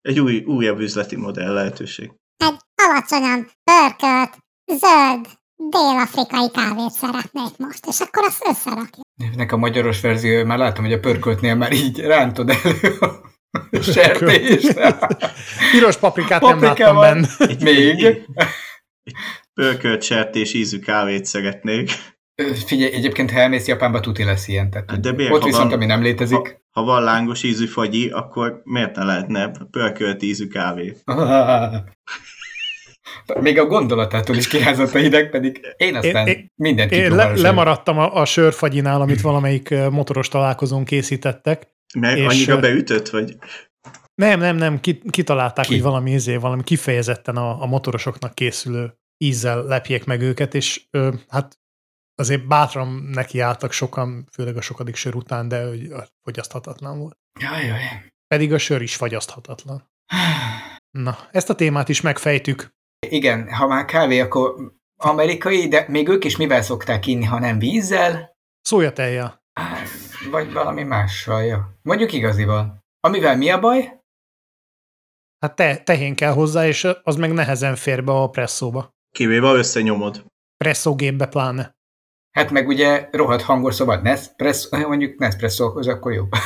egy új, újabb üzleti modell lehetőség.
Egy alacsonyan pörkölt, zöld, dél-afrikai kávét szeretnék most, és akkor azt összerakjuk.
Ennek a magyaros verziója, már látom, hogy a pörköltnél már így rántod elő a sertést.
Piros paprikát nem láttam
Paprikával.
benne.
Még.
Pörkölt sertés ízű kávét szeretnék.
Figyelj, egyébként ha elmész Japánba, tuti lesz ilyen. Tehát,
Hát de miért,
ott
ha
viszont,
van-
ami nem létezik.
Ha van lángos ízű fagyi, akkor miért ne lehetne pörkölt ízű kávé?
Még a gondolatától is kirázott a hideg, pedig én aztán
Én- én-
mindent
Én le,
kipróbálom.
lemaradtam a, a sörfagyinál, amit valamelyik ö, motoros találkozón készítettek.
Mert
És,
annyira
ö,
beütött, vagy
Nem, nem, nem, ki, kitalálták,
Ki?
hogy valami izé, valami kifejezetten a, a motorosoknak készülő ízzel lepjék meg őket, és ö, hát azért bátran nekiálltak sokan, főleg a sokadik sör után, de hogy ö, fogyaszthatatlan volt.
Jaj, jaj.
Pedig a sör is fagyaszthatatlan. Na, ezt a témát is megfejtük.
Igen, ha már kávé, akkor amerikai, de még ők is mivel szokták inni, ha nem vízzel,
Szója telje.
vagy valami mással, ja. Mondjuk igazival. Amivel mi a baj?
Hát te, tehén kell hozzá, és az meg nehezen fér be a presszóba.
kivéve ha összenyomod.
Presszógépbe pláne.
Hát meg ugye rohadt hangos, szóval Nespresso, mondjuk Nespressohoz, akkor jó.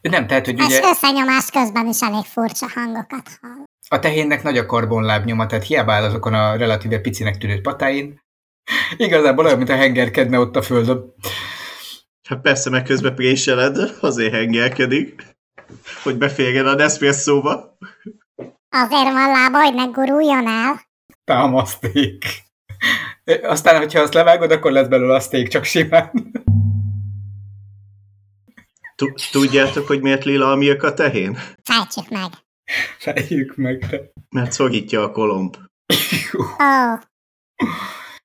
Nem, tehát, hogy
És
ugye
összenyomás közben is elég furcsa hangokat hall.
a tehénnek nagy a karbonlábnyoma, tehát hiába áll azokon a relatíve picinek tűnő patáin. Igazából olyan, mint a hengerkedne ott a földön.
Hát persze, meg közben préseled, azért hengelkedik, hogy beférjen a Nespresso-ba.
Azért van lába, hogy ne guruljon el.
Támaszték. Aztán, hogyha azt levágod, akkor lesz belőle a steak, csak simán.
Tu- Tudjátok, hogy miért lila a milk a tehén?
Fejtsük meg.
Fejjük meg, de...
Mert szorítja a kolomb.
Ó.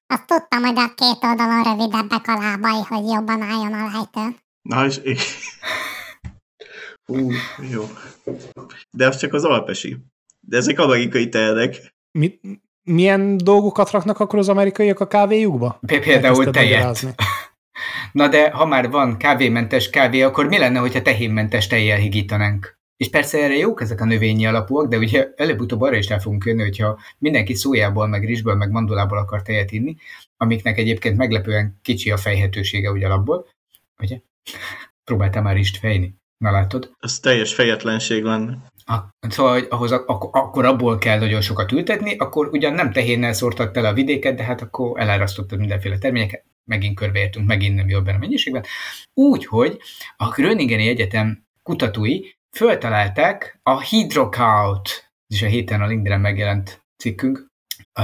Azt tudtam, hogy a két oldalon rövidebbek a lábai, hogy jobban álljon a lejtőn.
Na és... Hú, jó. De az csak az alpesi. De ezek amerikai tehenek.
Mi, milyen dolgokat raknak akkor az amerikaiak a kávéjukba?
P- Például
Elkezdted
tejet.
magyarázni.
Na de, ha már van kávémentes kávé, akkor mi lenne, hogyha tehénmentes tejjel higítanánk? És persze erre jók ezek a növényi alapúak, de ugye előbb-utóbb arra is rá fogunk jönni, hogyha mindenki szójából, meg rizsből, meg mandulából akar tejet inni, amiknek egyébként meglepően kicsi a fejhetősége ugye alapból, ugye? Próbáltál már rist fejni? Na látod?
Az teljes fejetlenség lenne.
A- Szóval, hogy ahhoz ak- ak- akkor abból kell nagyon sokat ültetni, akkor ugyan nem tehénnel szórtad tele a vidéket, de hát akkor elárasztottad mindenféle terményeket, megint körbeértünk, megint nem jó ebben a mennyiségben. Úgyhogy a Gröningeni Egyetem kutatói föltalálták a hidrokaut, és a héten a LinkedIn megjelent cikkünk, Ö,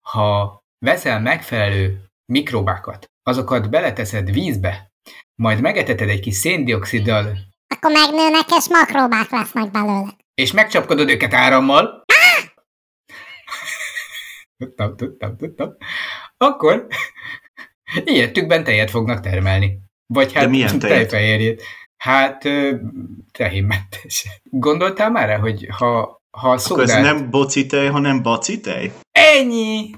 ha veszel megfelelő mikrobákat, azokat beleteszed vízbe, majd megeteted egy kis széndioksziddal,
Akkor megnőnek és makrobák lesznek belőle.
és megcsapkodod őket árammal. tudtam, tudtam, tudtam. Akkor ilyettükben tejet fognak termelni. Vagy hát
De milyen tejet?
tejfehérjét. Hát ö, tehénmentes. Gondoltál már rá, hogy ha, ha a
Akkor ez
szódát...
nem boci tej, hanem baci tej?
Ennyi!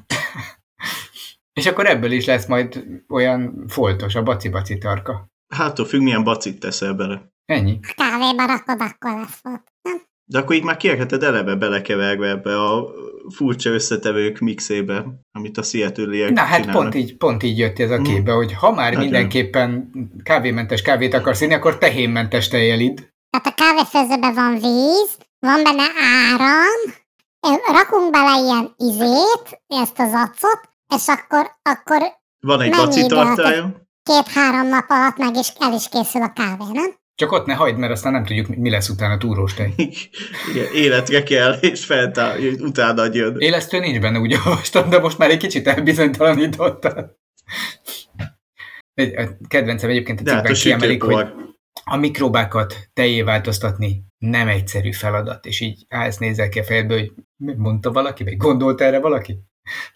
és akkor ebből is lesz majd olyan foltos, a baci-baci tarka.
Hát attól függ, milyen bacit teszel bele.
Ennyi.
Ha kávéba rakod, akkor lesz volt.
De akkor így már kérheted eleve belekeverve ebbe a furcsa összetevők mixébe, amit a szietőliek
Na hát pont így, pont így jött ez a
Mm.
képbe, hogy ha már
Hát
mindenképpen kávémentes kávét akarsz inni, akkor tehénmentes tejjel idd.
Tehát a kávéfőzőben van víz, van benne áram, ö, rakunk bele ilyen izét, ezt az acot, és akkor, akkor
Van egy
Mennyi
baci
idő
tartályom,
két-három nap alatt meg is el is készül a kávé, nem?
Csak ott ne hagyd, mert aztán nem tudjuk, mi- mi lesz utána túrós tej.
igen, életre kell, és feltá- utána jön.
Élesztő nincs benne, úgy olvastam, de most már egy kicsit elbizonytalanítottál. Egy, a kedvencem egyébként a
De hát
cikkben
a
kiemelik, hogy
sütőpor.
a mikrobákat tejé változtatni nem egyszerű feladat, és így állsz nézel ki a fejedből, hogy mi- mondta valaki, vagy gondolt erre valaki?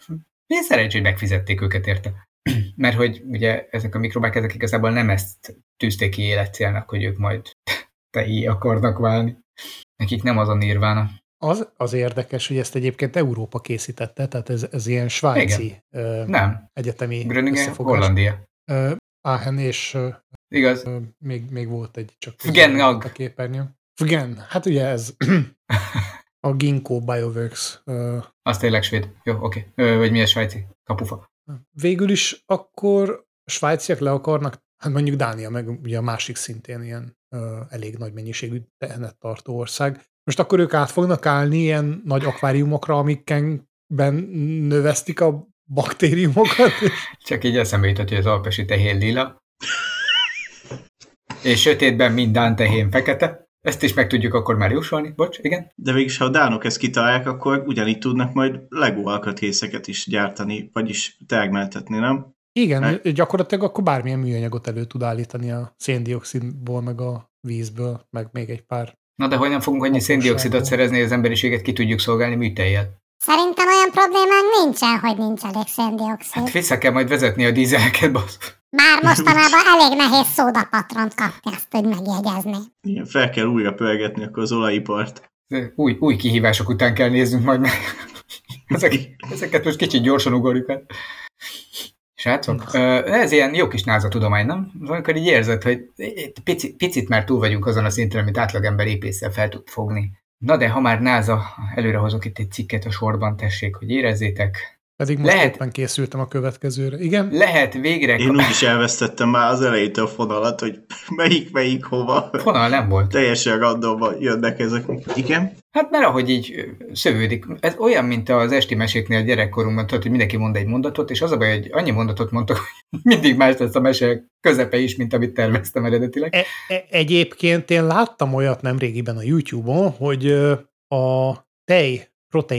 Milyen szerencsé, hogy megfizették őket érte. Mert hogy ugye ezek a mikrobák, ezek igazából nem ezt tűzték ki életcélnak, hogy ők majd tejé akarnak válni. Nekik nem az a nirvána.
Az, az érdekes, hogy ezt egyébként Európa készítette, tehát ez, ez ilyen svájci ö,
Nem,
egyetemi
Gröningen,
összefogás.
Hollandia.
Ö, Aachen és ö,
Igaz?
ö, még, még volt egy csak
Fgen
közben
Nag.
a képernyőn. Fgen, hát ugye ez a Ginkgo Bioworks. Ö,
Az tényleg svéd. Jó, oké. Okay. Vagy mi a svájci? Kapufa.
végül is akkor a svájciak le akarnak, hát mondjuk Dánia meg ugye a másik szintén ilyen ö, elég nagy mennyiségű tehenet tartó ország. Most akkor ők át fognak állni ilyen nagy akváriumokra, amikkenben növesztik a baktériumokat.
Csak így eszembe jutott, hogy az alpesi tehén lila. És sötétben minden tehén fekete. Ezt is meg tudjuk akkor már jósolni, bocs, igen.
De végülis, ha a dánok ezt kitalálják, akkor ugyanígy tudnak majd Lego alkatrészeket is gyártani, vagyis termeltetni, nem?
Igen, gyakorlatilag akkor bármilyen műanyagot elő tud állítani a széndiokszidból, meg a vízből, meg még egy pár.
Na de hogy nem fogunk annyi széndiokszidot szerezni, hogy az emberiséget ki tudjuk szolgálni műtejjel?
Szerintem olyan problémánk nincsen, hogy nincs elég
Hát
széndiokszid.
vissza kell majd vezetni a dízeleket, basz.
Bár mostanában elég nehéz szódapatront kapni, azt úgy megjegyezni.
Igen, fel kell újra pörgetni akkor az olajipart.
Új, új kihívások után kell néznünk majd meg. Ezek, ezeket most kicsit gyorsan ugorjuk el. Srácok, ö, ez ilyen jó kis náza tudomány, nem? Valamikor így érzed, hogy itt pici, picit már túl vagyunk azon a szinten, amit átlagember épésszel fel tud fogni. Na de, ha már náza, előre hozok itt egy cikket a sorban, tessék, hogy érezzétek.
Pedig most
Lehet.
Lehet. éppen készültem a következőre. Igen?
Lehet végre...
Én úgyis elvesztettem már az elejétől a fonalat, hogy melyik, melyik, hova.
Fonal nem volt.
Teljesen randomban jönnek ezek. Igen?
Hát mert ahogy így ö, szövődik, ez olyan, mint az esti meséknél gyerekkorunkban, tudod, hogy mindenki mond egy mondatot, és az a baj, hogy annyi mondatot mondtak, hogy mindig más lesz a mese közepe is, mint amit terveztem eredetileg.
E- e- egyébként én láttam olyat nemrégiben a YouTube-on, hogy ö, a tej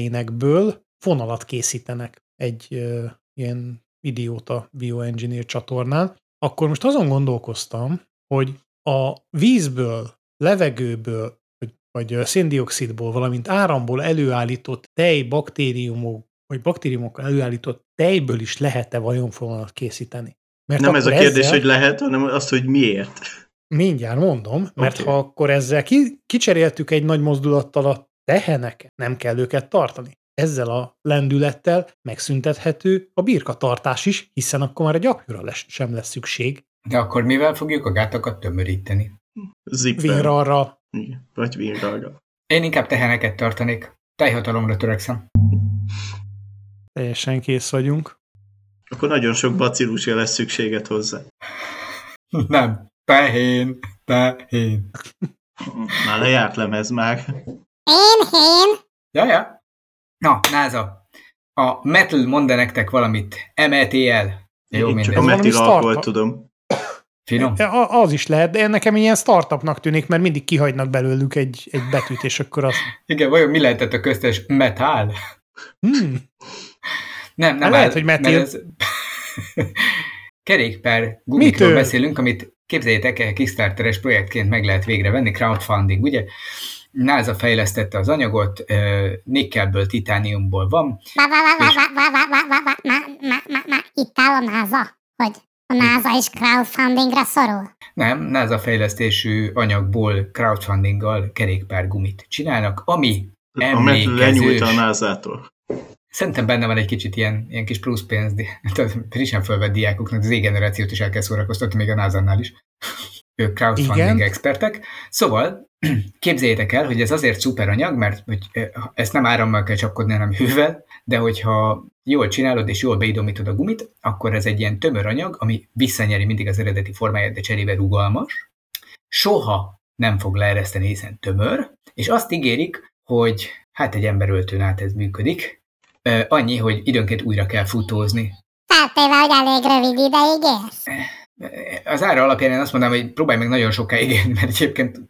proteinekből fonalat készítenek egy ö, ilyen idióta bioengineer csatornán. Akkor most azon gondolkoztam, hogy a vízből, levegőből, vagy, vagy ö, széndiokszidból, valamint áramból előállított tej baktériumok, vagy baktériumokkal előállított tejből is lehet-e vajon fonalat készíteni? Mert
Nem ez a
akkor
kérdés,
ezzel-
hogy lehet, hanem az, hogy miért.
Mindjárt mondom, mert
Oké.
okay. ha akkor ezzel ki, kicseréltük egy nagy mozdulattal a teheneket, nem kell őket tartani. Ezzel a lendülettel megszüntethető a birkatartás is, hiszen akkor már egy apjúra les, sem lesz szükség.
De akkor mivel fogjuk a gátakat tömöríteni?
Zipper.
Vinrarra
Igen, Vagy vinraga.
Én inkább teheneket tartanék. Teljhatalomra törekszem.
teljesen kész vagyunk.
Akkor nagyon sok bacillusra lesz szükséged hozzá.
Nem. Tehén. Tehén.
Már lejárt lemez már.
Én, én,
Ja, ja. Na, Náza. A metal mond nektek valamit. METL. Jó,
Én csak a
minden.
me-
metilalkoholt
startup.
tudom.
Finom.
E, a- Az is lehet, de nekem ilyen startupnak tűnik, mert mindig kihagynak belőlük egy, egy betűt, és akkor az...
Igen, vajon mi lehetett a köztes metál?
Hmm,
Nem, nem.
Hát lehet,
áll,
hogy metil.
mert ez- Kerékpár gumikról
Mitől?
beszélünk, amit képzeljétek el, Kickstarteres projektként meg lehet végre venni, crowdfunding, ugye? NASA fejlesztette az anyagot, ö, nikkelből, titániumból van.
Vá, vá, vá, vá, vá, vá, vá, vá, vá, má, má, má, má, itt áll a NASA, hogy a NASA is crowdfundingra szorul.
Nem, NASA fejlesztésű anyagból crowdfundinggal kerékpár gumit csinálnak, ami
A metal lenyújta a
emlékezős.
názától.
Szerintem benne van egy kicsit ilyen, ilyen kis plusz pénz, de- tehát frissen fölvett diákoknak, az generációt is el kell szórakoztatni, még a NASA-nál is. Ők crowdfunding Igen.
Igen.
expertek. Szóval képzeljétek el, hogy ez azért szuper anyag, mert hogy ö, ezt nem árammal kell csapkodni, hanem hővel, de hogyha jól csinálod és jól beidomítod a gumit, akkor ez egy ilyen tömör anyag, ami visszanyeri mindig az eredeti formáját, de cserébe rugalmas. Soha nem fog leereszteni, hiszen tömör, és azt ígérik, hogy hát egy emberöltőn át ez működik, Ö, Annyi, hogy időnként újra kell futózni.
Feltéve, hogy elég rövid ideig élsz.
Az ára alapján én azt mondanám, hogy próbálj meg nagyon sokáig élni, mert egyébként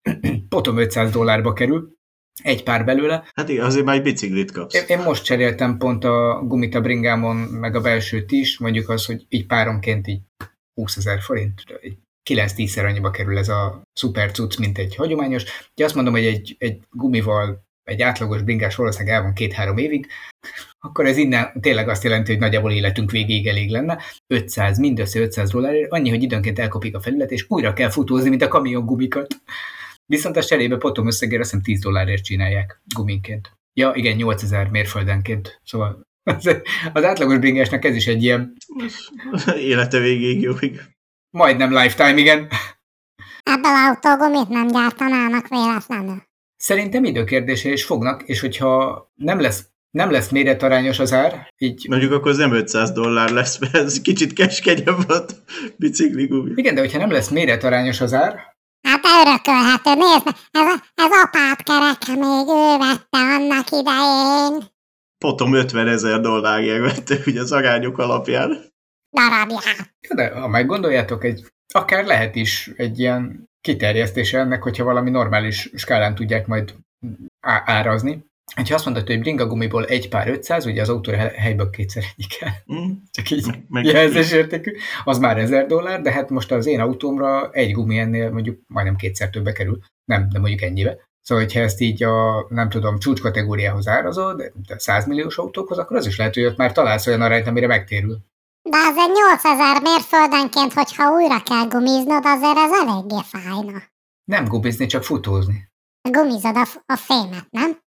potom 500 dollárba kerül egy pár belőle.
Hát igen, azért már egy biciklit kapsz.
Én- Én most cseréltem pont a gumit a bringámon, meg a belsőt is, mondjuk az, hogy így páronként így 20 ezer forint, így 9-10-szer annyiba kerül ez a szuper cucc, mint egy hagyományos. Ugye azt mondom, hogy egy, egy gumival egy átlagos bringás valószínűleg el van két-három évig, akkor ez innen tényleg azt jelenti, hogy nagyjából életünk végéig elég lenne. 500, mindössze 500 dollárért, annyi, hogy időnként elkopik a felület, és újra kell futózni, mint a kamion gumikat. Viszont a cserébe potom összegért azt hiszem 10 dollárért csinálják guminként. Ja, igen, 8000 mérföldenként. Szóval az, az átlagos bringásnak ez is egy ilyen
Élete végéig jó, igen.
majdnem lifetime, igen.
Ebből autógumit nem gyártanának véletlenül.
Szerintem időkérdése is fognak, és hogyha nem lesz, nem lesz méretarányos az ár, így
Mondjuk akkor az nem 500 dollár lesz, mert ez kicsit keskenyebb volt bicikli gumi.
igen, de hogyha nem lesz méretarányos az ár,
Hát örökölhető, nézd, meg, ez, a- ez apát kereke még ő vette annak idején.
potom 50 ezer dollárért vette, ugye az arányok alapján.
Darabját.
Ja, de ha meggondoljátok, egy, akár lehet is egy ilyen kiterjesztése ennek, hogyha valami normális skálán tudják majd á- árazni. Ha azt mondod, hogy bringagumiból egy pár 500, ugye az autó helyből kétszer ennyi kell,
Hm?
csak így
Meg- meg-
jelzés értékű, az már 1000 dollár, de hát most az én autómra egy gumi ennél mondjuk majdnem kétszer többe kerül, nem, de mondjuk ennyibe. Szóval, hogyha ezt így a, nem tudom, csúcskategóriához árazod, de 100 milliós autókhoz, akkor az is lehet, hogy ott már találsz olyan arányt, amire megtérül.
De azért 8000 mérföldenként, hogyha újra kell gumiznod, azért ez eléggé fájna.
Nem gubizni, csak futózni.
Gumizod a, f- a fémet, nem?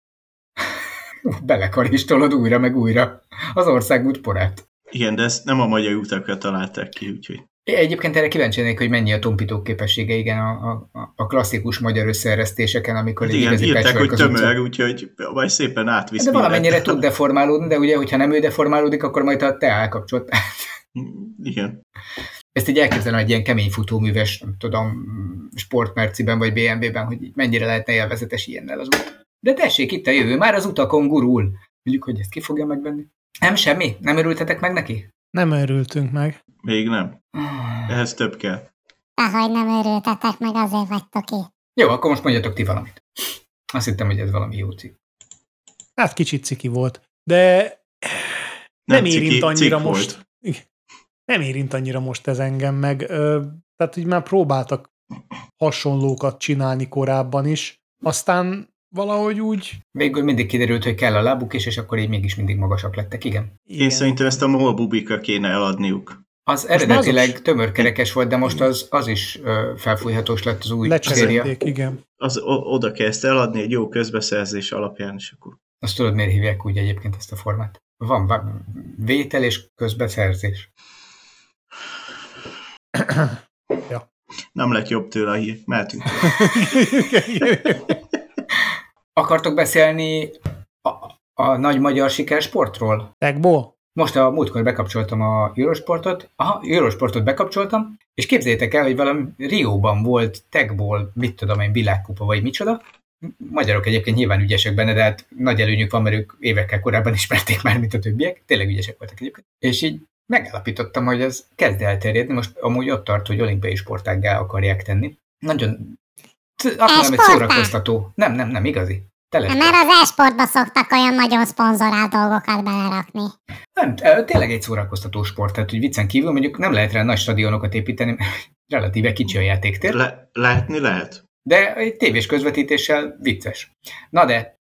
Belekaristolod újra meg újra az országút porát.
Igen, de ezt nem a magyar utakra találták ki, úgyhogy
É, Egyébként erre kíváncsi lennék, hogy mennyi a tompítók képessége, igen, a, a, a klasszikus magyar összeeresztéseken, amikor egy
Hát igen,
igazi
írták,
patchwork
hogy
az utcán.
tömör, úgyhogy majd szépen átvisz
Hát De valamennyire
mindent.
tud deformálódni, de ugye, hogyha nem ő deformálódik, akkor majd a te elkapcsolt.
Mm, Igen.
Ezt így elképzelem egy ilyen kemény futóműves, nem tudom, sportmerciben vagy BMW-ben, hogy így mennyire lehetne élvezetes ilyennel az út. De tessék, itt a jövő, már az utakon gurul. Mondjuk, hogy ezt ki fogja megvenni? Nem semmi? Nem örültetek meg neki?
Nem örültünk meg.
Még nem. Ehhez több kell.
Dehogy nem örültetek meg, azért vagytok itt.
Jó, akkor most mondjatok ti valamit. Azt hittem, hogy ez valami jó cikk.
Hát kicsit ciki volt, de nem, nem érint
ciki-
annyira
cikk
most.
Volt.
Igen. Nem érint annyira most ez engem meg. Ö, Tehát, hogy már próbáltak hasonlókat csinálni korábban is, aztán valahogy úgy...
Végül mindig kiderült, hogy kell a lábuk is, és akkor így mégis mindig magasak lettek, igen.
Én szerintem ezt a MOL bubikra kéne eladniuk.
Az
már az
eredetileg
is.
tömörkerekes volt, de most az, az is ö, felfújhatós lett az új széria.
Lecsezelték, igen.
Az, o, oda kell ezt eladni egy jó közbeszerzés alapján, és akkor
Azt tudod, miért hívják úgy egyébként ezt a formát? Van va- vétel és közbeszerzés.
nem lett jobb tőle a hír. Mehetünk.
Akartok beszélni a, a nagy magyar sikersportról?
Tegból?
Most a múltkor bekapcsoltam a Eurosportot, aha, Eurosportot bekapcsoltam, és képzétek el, hogy valami Rióban volt tagból, mit tudom én, világkupa vagy micsoda. Magyarok egyébként nyilván ügyesek benne, de hát nagy előnyük van, mert ők évekkel korábban ismerték már, mint a többiek. Tényleg ügyesek voltak egyébként. És így megállapítottam, hogy ez kezd elterjedni, most amúgy ott tart, hogy olimpiai sportággá akarják tenni. Nagyon... Akkor nem egy
sportág?
szórakoztató. Nem, nem, nem, igazi. Tele.
Mert az e-sportba szoktak olyan nagyon szponzorált dolgokat belerakni.
Nem, ö, tényleg egy szórakoztató sport, tehát hogy viccen kívül mondjuk nem lehet rá nagy stadionokat építeni, mert relatíve kicsi a játéktér,
Le, látni lehet?
de egy tévés közvetítéssel vicces. Na de,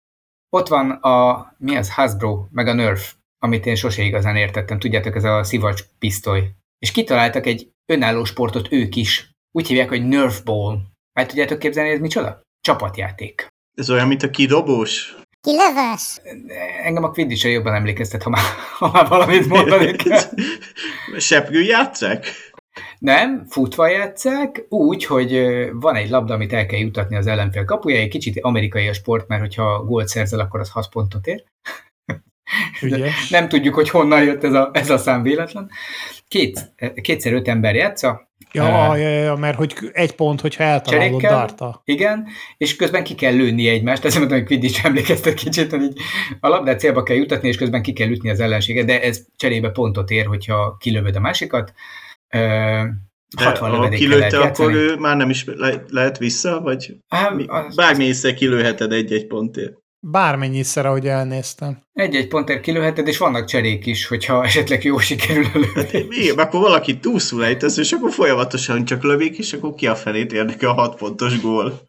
ott van a, mi az, Hasbro, meg a Nerf, amit én sose igazán értettem, tudjátok, ez a szivacs pisztoly. És kitaláltak egy önálló sportot ők is. Úgy hívják, hogy Nerf Ball. Hát tudjátok képzelni, ez micsoda? Csapatjáték.
Ez olyan, mint a kidobós?
Ki lövös?
Engem a quidditch jobban emlékeztet, ha már, ha már valamit mondani kell.
Sepgő játszák?
Nem, futva játszák, úgy, hogy ö, van egy labda, amit el kell jutatni az ellenfél kapujáig, kicsit amerikai a sport, mert hogyha gólt szerzel, akkor az 6 pontot ér.
Ügyes.
Nem tudjuk, hogy honnan jött ez a, ez a szám véletlen. Két, eh, kétszer öt ember játsza,
Ja, ja, ja, ja, mert hogy egy pont, hogyha eltalálod
Cserékkel?
darta.
igen, és közben ki kell lőni egymást, ezt mondom, hogy Quidditch emlékeztet kicsit, hogy így a labdát célba kell jutatni, és közben ki kell ütni az ellenséget, de ez cserébe pontot ér, hogyha kilövöd a másikat. Ö,
De
60
ha
lövedékkel lehet
kilőtte, akkor
játszani.
ő már nem is le, lehet vissza, vagy
Á,
mi-
az-
bármilyen kilőheted egy-egy pontért.
Bármennyiszer, ahogy elnéztem.
Egy-egy pontért kilőheted, és vannak cserék is, hogyha esetleg jó sikerül a lövés.
Igen, akkor valaki túlszul ejtesz, és akkor folyamatosan csak lövik, és akkor ki a felét érnek a hat pontos gól.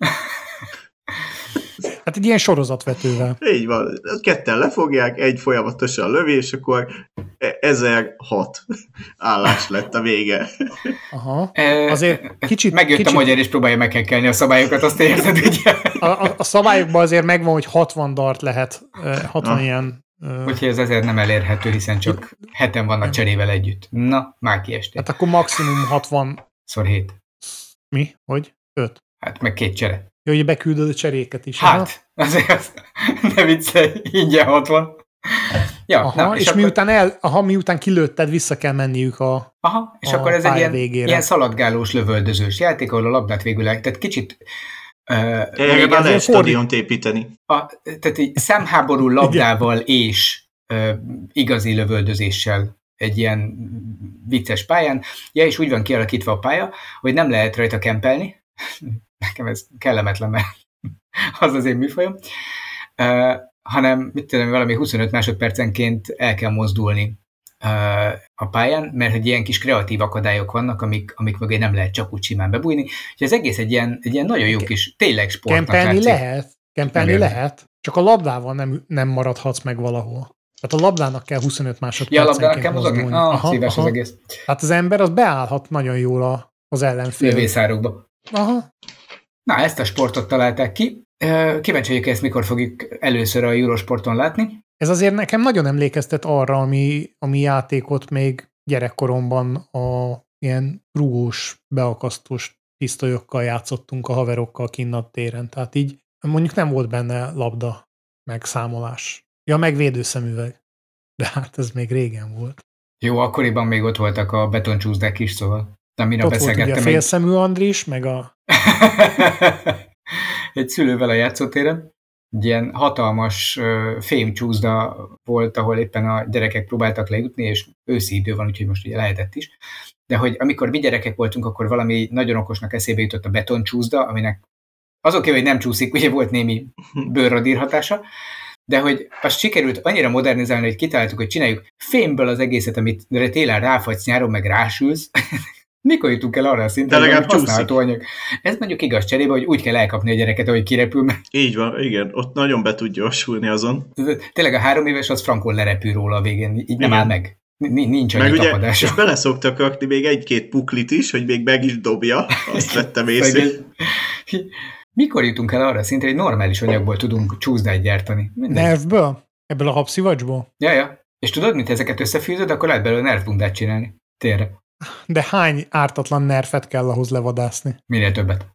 Hát egy ilyen sorozatvetővel.
Így van. Ketten lefogják, egy folyamatosan lövi, és akkor 1006 állás lett a vége.
Aha.
E,
Azért kicsit...
Megjött
kicsit
a magyar, és próbálja meghekkelni a szabályokat, azt érted, ugye?
A, a, a szabályokban azért megvan, hogy 60 dart lehet, ö, 60
Na.
ilyen... ö,
Úgyhogy ez ezért nem elérhető, hiszen csak heten vannak cserével együtt. Na, már kiestél.
Hát akkor maximum 60...
Szor hét.
Mi? Hogy? 5.
Hát meg két csere.
Jó, hogy beküldöd a cseréket is. aha.
Hát, azért az, ne viccelj, ingyen 60. Ja,
Aha,
na,
és,
akkor-
miután, el, aha, miután kilőtted, vissza kell menniük a...
Aha, és
a
akkor ez egy
pálya
ilyen,
végére.
ilyen szaladgálós, lövöldözős játék, ahol a labdát végül el, tehát kicsit ö,
Erre
Még
már
azért
lehet
fordít-
stadiont építeni.
a, tehát így szemháború labdával és ö, igazi lövöldözéssel egy ilyen vicces pályán. Ja, és úgy van kialakítva a pálya, hogy nem lehet rajta kempelni. Nekem ez kellemetlen, mert az az én műfajom. Ö, hanem, mit tudom, valami 25 másodpercenként el kell mozdulni ö, a pályán, mert hogy ilyen kis kreatív akadályok vannak, amik, amik mögé nem lehet csak úgy simán bebújni. Úgyhogy az egész egy ilyen, egy ilyen nagyon jó kis, tényleg sportnak
Kempelni
látszik.
lehet, kempelni
Nem
lehet, csak a labdával nem, nem maradhatsz meg valahol. Tehát a labdának kell 25
Ja,
másodpercenként
labdának kell mozogni?
mozdulni.
Ah, szíves az egész.
Hát az ember az beállhat nagyon jól a, az ellenfél.
Lövészárokba.
Aha.
Na, ezt a sportot találták ki. Ö, Kíváncsi vagyok, ezt mikor fogjuk először a Eurosporton látni.
Ez azért nekem nagyon emlékeztet arra, ami, ami játékot még gyerekkoromban a ilyen rúgós, beakasztós pisztolyokkal játszottunk a haverokkal kinn a téren. Tehát így mondjuk nem volt benne labda, meg számolás. Ja, meg védőszemüveg. De hát ez még régen volt.
Jó, akkoriban még ott voltak a betoncsúzdák is, szóval. De mire
Ott volt ugye a
beszélgettem egy-
félszemű Andris, meg a...
egy szülővel a játszótéren. Egy ilyen hatalmas ö, fémcsúzda volt, ahol éppen a gyerekek próbáltak lejutni, és őszi idő van, úgyhogy most ugye lehetett is. De hogy amikor mi gyerekek voltunk, akkor valami nagyon okosnak eszébe jutott a betoncsúzda, aminek azon kívül, hogy nem csúszik, ugye volt némi bőrradír hatása, de hogy azt sikerült annyira modernizálni, hogy kitaláltuk, hogy csináljuk fémből az egészet, amit télen ráfagysz, nyáron meg rásülsz. Mikor jutunk el arra a szintre,
De
hogy
legalább
használható anyag? Ez mondjuk igaz cserébe, hogy úgy kell elkapni a gyereket, ahogy kirepül, mert
Így van, igen, ott nagyon be tud gyorsulni azon.
tényleg a három éves az frankon lerepül róla a végén, így nem
Igen.
áll meg. Ni- Nincs
Meg
annyi
ugye,
tapadása.
és bele szoktak rakni még egy-két puklit is, hogy még meg is dobja, azt vettem észre.
Szegény. Mikor jutunk el arra a szintre, hogy normális anyagból tudunk csúszdát gyártani? Mindegy.
Nervből? Ebből a habszivacsból?
Ja, ja. És tudod, mint ezeket összefűzöd, akkor lehet belőle nervbundát csinálni. Térre.
De hány ártatlan nerfet kell ahhoz levadászni?
Minél többet.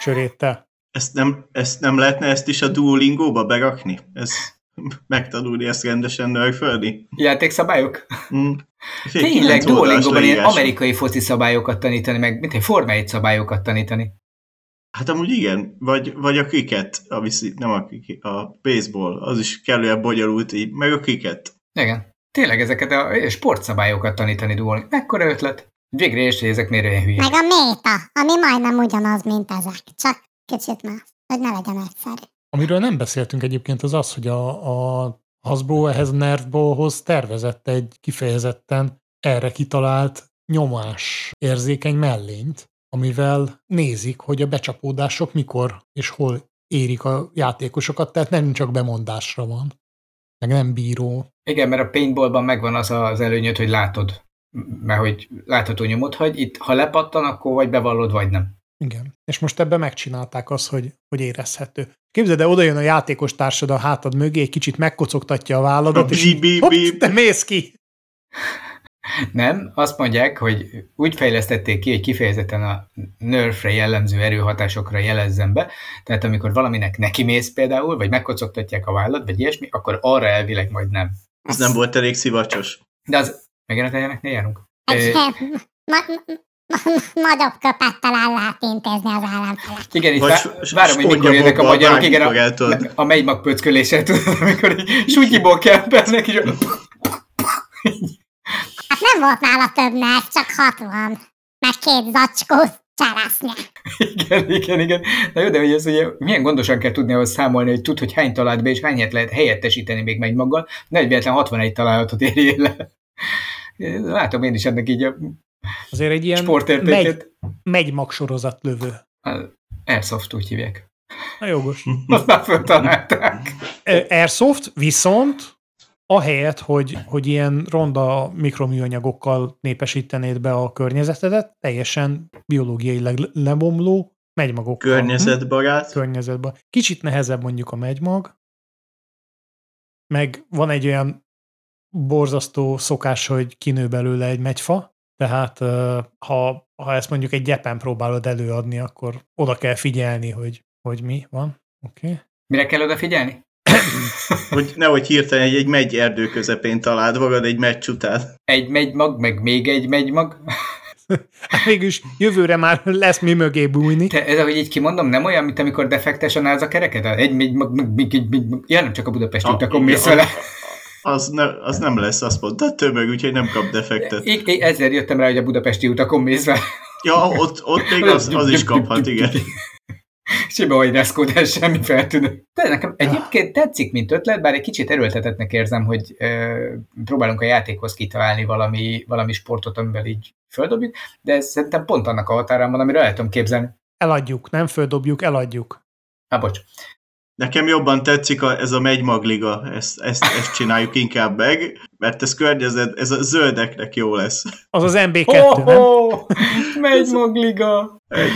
Csöréttel.
Ezt nem, ezt nem lehetne ezt is a Duolingo-ba berakni? Ez, megtanulni ezt rendesen nörfölni?
Játékszabályok?
Mm. Fél
Tényleg
kilenc oldalas
Duolingo-ban ilyen
leírás.
amerikai foci szabályokat tanítani, meg mint egy Forma 1 szabályokat tanítani.
Hát amúgy igen, vagy, vagy a kriket, a viszi, nem a, cricket, a baseball, az is kellően bonyolult így, meg a kriket.
Igen. Tényleg ezeket a sportszabályokat tanítani Duolingo. Mekkora ötlet? Végre és hogy ezek miért olyan hülyék.
Meg a méta, ami majdnem ugyanaz, mint ezek, csak kicsit más, hogy ne legyen egyszerű.
Amiről nem beszéltünk egyébként az az, hogy a, a Hasbro ehhez nervbólhoz tervezett egy kifejezetten erre kitalált nyomás érzékeny mellényt, amivel nézik, hogy a becsapódások mikor és hol érik a játékosokat, tehát nem csak bemondásra van, meg nem bíró.
Igen, mert a paintballban megvan az az előnyöd, hogy látod. M- Mert hogy látható nyomot hagy. Itt, ha lepattan, akkor vagy bevallod, vagy nem.
Igen. És most ebben megcsinálták azt, hogy, hogy érezhető. Képzeld el, oda jön a játékos társad a hátad mögé, egy kicsit megkocogtatja a válladat, és
Bíp, bíp,
hopp,
bíp.
te mész ki.
Nem, azt mondják, hogy úgy fejlesztették ki, hogy kifejezetten a nerfre jellemző erőhatásokra jelezzen be, tehát amikor valaminek nekimész például, vagy megkocogtatják a vállat, vagy ilyesmi, akkor arra elvileg majd nem.
Ez nem volt elég szivacsos.
De az megjelent ilyeneknél járunk.
Egy
Ö,
ilyen ma- ma- ma- nagyobb köpettel el lehet intézni az ellenfelet.
Igen, itt
Vagy
vá-
s- s-
várom, hogy mikor
spongyabobbal
jönnek a magyarok, igen,
bármikor el
a,
tudod.
a megymag pöcköléssel tudod, amikor így sutyiból kempelnek, és
Hát nem volt nála több nerv, csak 60. Meg két zacskó cseresznye.
Igen, igen, igen. Na jó, de hogy ez ugye milyen gondosan kell tudni ahhoz számolni, hogy tud, hogy hány talált be, és hányat lehet helyettesíteni még megy maggal, ne egy véletlen 61 találatot érjél le. Látom én is ennek így a
Azért egy ilyen megy,
sportértéket.
megy magsorozat lövő.
Airsoft úgy hívják.
Na jogos.
Azt már föltalálták.
Ö, Airsoft viszont ahelyett, hogy, hogy ilyen ronda mikroműanyagokkal népesítenéd be a környezetedet, teljesen biológiailag le- lebomló megymagokkal.
Környezetbarát.
Környezetben. Kicsit nehezebb mondjuk a megymag, meg van egy olyan borzasztó szokás, hogy kinő belőle egy megyfa, tehát ö, ha, ha ezt mondjuk egy gyepen próbálod előadni, akkor oda kell figyelni, hogy, hogy mi van. Oké. Okay.
Mire kell odafigyelni?
Hogy nehogy hirtelen egy, egy megy erdő közepén találd magad egy meccs után.
Egy megymag, meg még egy megymag.
Hát Végülis jövőre már lesz mi mögé bújni.
Te, ez, ahogy így kimondom, nem olyan, mint amikor Hát
Ah,
defektes a náza kereked? Egy megymag, meg még egy megymag. Ja, nem csak a Budapesti utakon mész vele.
az, ne, az nem lesz, azt mondta, tömeg, úgyhogy nem kap defektet.
Én, én ezzel jöttem rá, hogy a budapesti utakon mész fel.
Ja, ott, ott még az, az is kaphat, igen.
Sima, hogy Neszkó, de ez semmi feltűnő. De nekem egyébként tetszik, mint ötlet, bár egy kicsit erőltetetnek érzem, hogy ö, próbálunk a játékhoz kitalálni valami, valami sportot, amivel így földobjuk, de ez szerintem pont annak a határán van, amire el tudom képzelni.
Eladjuk, nem földobjuk, eladjuk.
Há, bocs.
Nekem jobban tetszik a, ez a megymagliga, ezt, ezt, ezt csináljuk inkább meg, mert ez környezet, ez a zöldeknek jó lesz.
Az az MB2,
Oh,
nem?
oh, megy magliga!
Egy,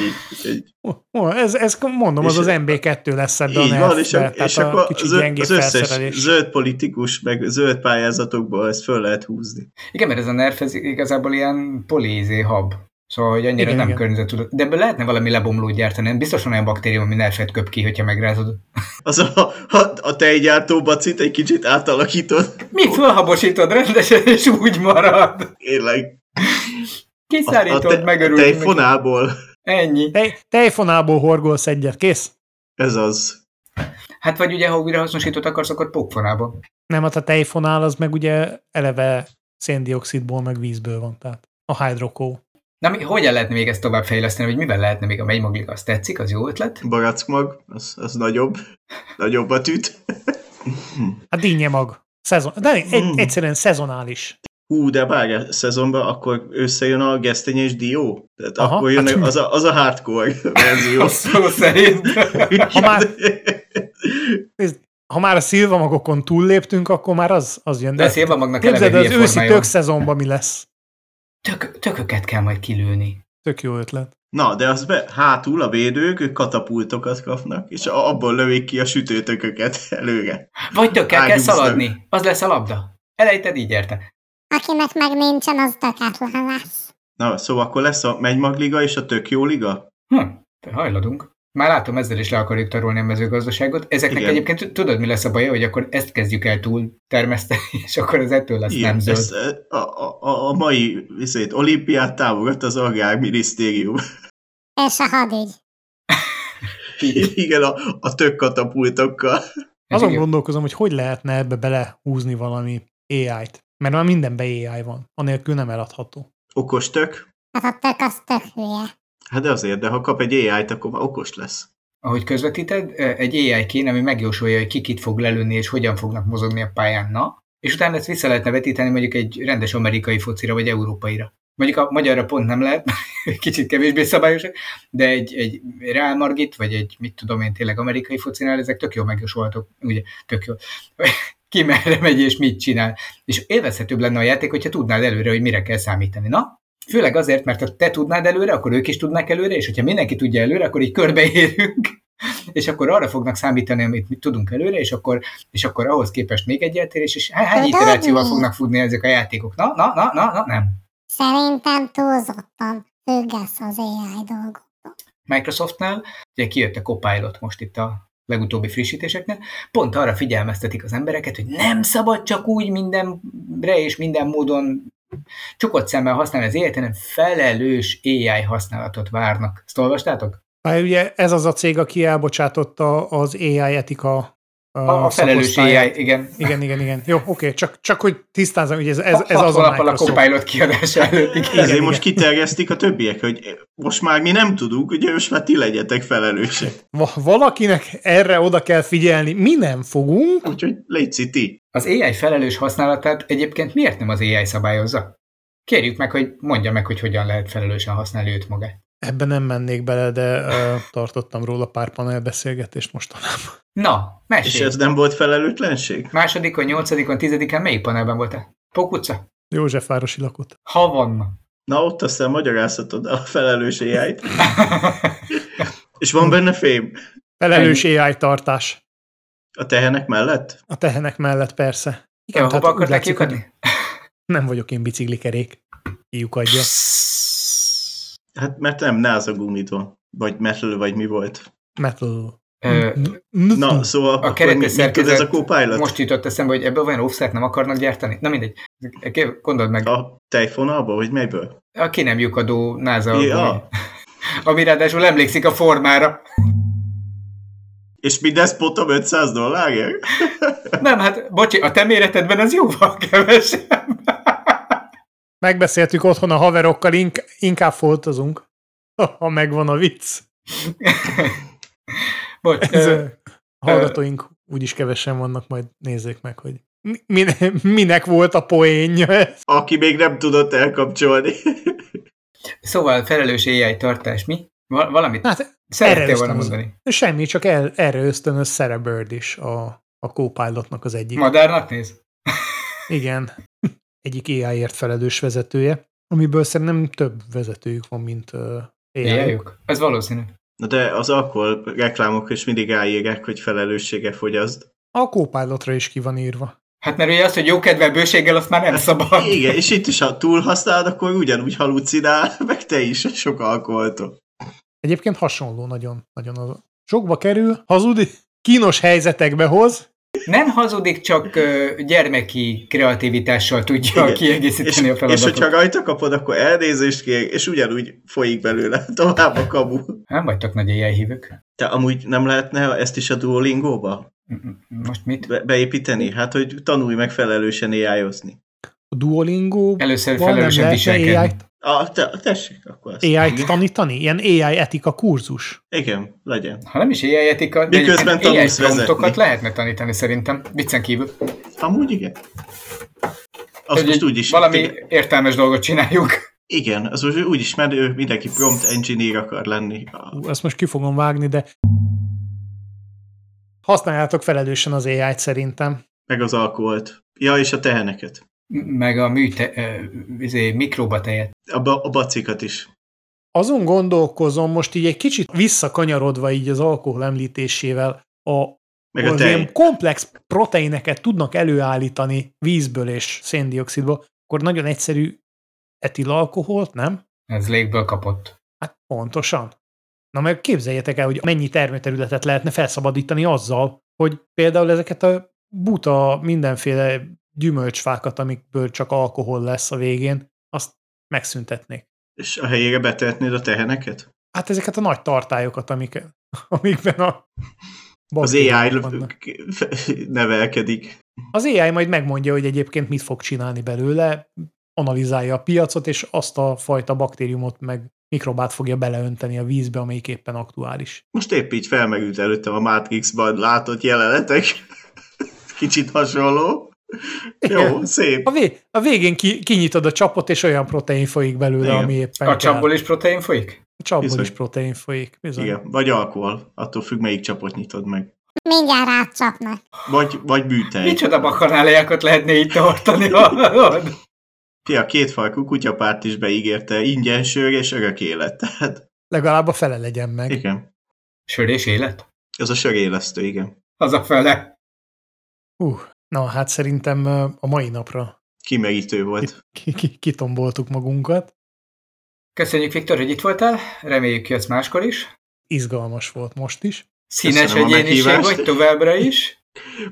egy,
Oh, ez, ez mondom, az
És-
az MB2 lesz ebben a
így van, és,
nerfben,
a,
tehát
és akkor
kicsit
az, ö-
gyengébb
az összes
felszerelés.
zöld politikus, meg zöld pályázatokból ezt föl lehet húzni.
Igen, mert ez a nerf ez igazából ilyen polizé hab. Szóval, hogy annyira
Igen,
igen, nem
igen.
igen. környezettudat. De ebből lehetne valami lebomlót gyártani. Biztos van olyan baktérium, ami nerfet köp ki, hogyha megrázod.
Az a, a, a tejgyártó bacit egy kicsit átalakítod,
Mi fölhabosítod rendesen, és úgy marad.
tényleg.
Kiszárítod,
te-
megörülj. meg-
tejfonából,
Ennyi.
Tej, tejfonából horgolsz egyet, kész?
ez az.
Hát vagy ugye, ha újrahasznosítót akarsz, akkor pokfonába.
Nem, hát a tejfonál az meg ugye eleve széndiokszidból, meg vízből van, tehát a hydrokó.
Na, mi, hogyan lehetne még ezt tovább fejleszteni, vagy mivel lehetne még a megymaglika? Az tetszik, az jó ötlet?
Barackmag, az, az nagyobb, nagyobb a tűt.
Hát dinnye mag. Szezon, de egy,
Hmm.
Mm.
egyszerűen szezonális.
Hú, de bár szezonban akkor összejön a gesztenye és dió. Tehát
Aha,
Aha, akkor
hát
jön
mi?
az, a, az a hardcore verzió.
A szó szerint.
Ha már- Ha már a szilvamagokon túlléptünk, akkor már az, az jön.
De a szélben magnak eleve
képzeld,
hülye
az őszi
formája van.
tök szezonban mi lesz.
Tök, tököket kell majd kilőni.
Tök jó ötlet.
Na, de az be, hátul a védők ők katapultokat kapnak, és a- abból lövik ki a sütőtököket előre.
Vagy tökkel kell
Ágyúztak.
szaladni. Az lesz a labda. Elejted, így érte.
Akinek meg nincsen, az töketlen lesz.
Na, szóval akkor lesz a Megymagliga és a Tök Jó Liga?
Hm, te hajladunk. Már látom, ezzel is le akarjuk tarolni a mezőgazdaságot. Ezeknek Igen.
Igen.
egyébként tudod, mi lesz a baja, hogy akkor ezt kezdjük el túl termeszteni, és akkor ez ettől lesz Igen, nem zöld.
ezt, e, a, a, a mai viszont olimpiát támogat az Agrárminisztérium.
És a hadügy.
Igen, a, a tök katapultokkal.
Ez
Azon
igen.
gondolkozom, hogy hogy lehetne ebbe belehúzni valami AI-t. Mert már mindenben AI van. Anélkül nem eladható.
Okos tök?
Hát a tök az tök hülye.
Hát de azért, de ha kap egy AI-t, akkor már okos lesz.
Ahogy közvetíted, egy AI kéne, ami megjósolja, hogy ki kit fog lelőni, és hogyan fognak mozogni a pályán. Na, és utána ezt vissza lehetne vetíteni mondjuk egy rendes amerikai focira, vagy európaira. Mondjuk a magyarra pont nem lehet, mert kicsit kevésbé szabályosak, de egy, egy Real Margit, vagy egy, mit tudom én, tényleg amerikai focinál, ezek tök jó megjósolhatók, ugye, tök jó. Ki merre megy és mit csinál. És élvezhetőbb lenne a játék, hogyha tudnád előre, hogy mire kell számítani. Na, főleg azért, mert ha te tudnád előre, akkor ők is tudnák előre, és hogyha mindenki tudja előre, akkor így körbeérünk és akkor arra fognak számítani, amit mi tudunk előre, és akkor, és akkor ahhoz képest még egy eltérés, és há- hány
De
iterációval
Dani!
fognak futni ezek a játékok? Na, na, na, na, na, nem.
Szerintem túlzottan függesz az AI dolgok.
Microsoftnál, ugye kijött a Copilot most itt a legutóbbi frissítéseknél, pont arra figyelmeztetik az embereket, hogy nem szabad csak úgy mindenre és minden módon csukott szemmel használni az élet, hanem felelős AI használatot várnak. Ezt olvastátok?
Hát ugye ez az a cég, aki elbocsátotta az AI etika a,
A, a felelős AI, igen.
Igen, igen, igen. Jó, oké, csak, csak hogy tisztázom, hogy ez, ez, ez
Hat
az a
hónappal a
Microsoft.
Copilot kiadása előtt, igen.
Ezért
igen.
most kiterjesztik a többiek, hogy most már mi nem tudunk, ugye most már ti legyetek felelősek.
Va- Valakinek erre oda kell figyelni. Mi nem fogunk?
Úgyhogy légy ti.
Az AI felelős használatát egyébként miért nem az AI szabályozza? Kérjük meg, hogy mondja meg, hogy hogyan lehet felelősen használni őt magát.
Ebben nem mennék bele, de ö, tartottam róla pár panelbeszélgetést mostanában.
Na,
És
mesélj!
ez nem volt felelőtlenség?
Másodikon, nyolcadikon, tizedikon melyik panelben voltál? Pókutca?
Józsefvárosi lakott.
Ha van.
Na ott aztán magyarázhatod a felelős ai És van benne fém?
Felelős AI tartás.
A tehenek mellett?
A tehenek mellett persze.
Igen,
tehát
hova
hát úgy
akarták
látszik, hogy
kiukadni?
Nem vagyok én biciklikerék. Kiukadja.
Hát mert nem, náza gumit van. Vagy metal, vagy mi volt.
Metal.
Ö,
Na, szóval akkor
keretes
mit- mit tud ez a
szerkezet
Mm.
Copilot?
Most jutott eszembe, hogy ebből olyan offset nem akarnak gyártani? Na mindegy, gondold meg.
A tejfonalba, vagy melyből? ah,
A ki nem lyukadó NASA,
Ja.
ami ráadásul emlékszik a formára.
És mindez potom 500 dollárért?
Nem, hát bocsi, a te méretedben az jóval kevesebb.
Megbeszéltük otthon a haverokkal, ink- inkább foltozunk, ha megvan a vicc.
Bocs,
Ez,
ö,
ö, a hallgatóink úgyis kevesen vannak, majd nézzék meg, hogy mi- mine- minek volt a poénja ez.
Aki még nem tudott elkapcsolni.
szóval felelős AI tartás, mi? Val- valamit
Hát
szerettél
erre
volna
ösztönzöm.
mondani.
semmi, csak el, erre ösztönöz Sarah Bird is a, a co-pilotnak az egyik.
Madárnak néz?
Igen, egyik AI-ért felelős vezetője, amiből szerintem több vezetőjük van, mint uh, ai -juk.
Éjjeljuk? Ez valószínű.
Na de az alkohol reklámok is mindig állírják, hogy felelőssége fogyaszt.
A co is ki van írva.
Hát mert ugye az, hogy jókedvel bőséggel, azt már nem szabad.
Hát, Igen, és itt is, ha túlhasználod, akkor ugyanúgy halucinál, meg te is sok alkoholtól.
Egyébként hasonló nagyon, nagyon az. Sokba kerül, hazudik, kínos helyzetekbe hoz,
Nem hazudik, csak ö, gyermeki kreativitással tudja
Igen. És,
kiegészíteni a
és
feladatot.
hogyha rajta kapod, akkor elnézést kér, és ugyanúgy folyik belőle tovább a kamu.
Nem vagytok nagy AI hívők.
Te amúgy nem lehetne ezt is a Duolingo-ba
Most mit?
be- beépíteni? Hát, hogy tanulj meg felelősen ai
a Duolingo
Először
van, nem
felelősen
lehetne
viselkedni.
AI-t,
Ah, te, tessék, akkor azt.
AI-t tanítani? Ilyen AI etika kurzus.
Igen, legyen.
Ha nem is AI etika, de
Miközben
ilyen
tanulsz
AI promptokat
vezetni.
lehetne tanítani szerintem, viccen kívül.
Amúgy igen. Azt
Hogy
most
így
úgy is,
valami értelmes dolgot csináljunk.
Igen, az most úgy is, mert ő mindenki prompt engineer akar lenni. A-
Ú, Ezt most ki fogom vágni, de használjátok felelősen az AI-t szerintem.
Meg az alkoholt. Ja, és a teheneket.
Meg a műte, ö, izé, mikróba tejet.
A, ba- a bacikat is.
Azon gondolkozom most így egy kicsit visszakanyarodva így az alkohol említésével, a,
Meg a
az
tej.
ilyen komplex proteineket tudnak előállítani vízből és széndiokszidból, akkor nagyon egyszerű etilalkoholt, nem?
Ez légből kapott.
Hát pontosan. Na meg képzeljétek el, hogy mennyi termőterületet lehetne felszabadítani azzal, hogy például ezeket a buta mindenféle gyümölcsfákat, amikből csak alkohol lesz a végén, azt megszüntetnék.
És a helyére betehetnéd a teheneket?
Hát ezeket a nagy tartályokat, amik, amikben a
Az
baktériumok
AI
vannak.
nevelkedik.
Az AI majd megmondja, hogy egyébként mit fog csinálni belőle, analizálja a piacot, és azt a fajta baktériumot meg mikrobát fogja beleönteni a vízbe, amelyik éppen aktuális.
Most épp így felmerült előttem a Matrixban látott jelenetek. Kicsit hasonló. Jó, szép.
A, vé- a végén ki- kinyitod a csapot, és olyan protein folyik belőle,
Igen.
Igen. ami éppen
A
kell.
csapból is protein folyik?
A csapból
Bizony.
is protein folyik. Bizony.
Igen, vagy alkohol. Attól függ, melyik csapot nyitod meg.
Mindjárt rácsapnak.
Vagy, vagy műtej.
Micsoda bakanáliákat lehetne így tartani, hallod?
Fia, kétfalkú kutyapárt is beígérte, ingyen sör és örök élet. Tehát,
Legalább a fele legyen meg.
igen.
Sör és élet?
Ez a sörélesztő, igen.
Az a fele.
Uh, na, hát szerintem ö, a mai napra
Kimerítő volt.
ki- ki- kitomboltuk magunkat.
Köszönjük, Viktor, hogy itt voltál. Reméljük, jössz máskor is.
Izgalmas volt most is.
Színes
Köszönöm a
egyéniség
meghívást.
vagy továbbra is.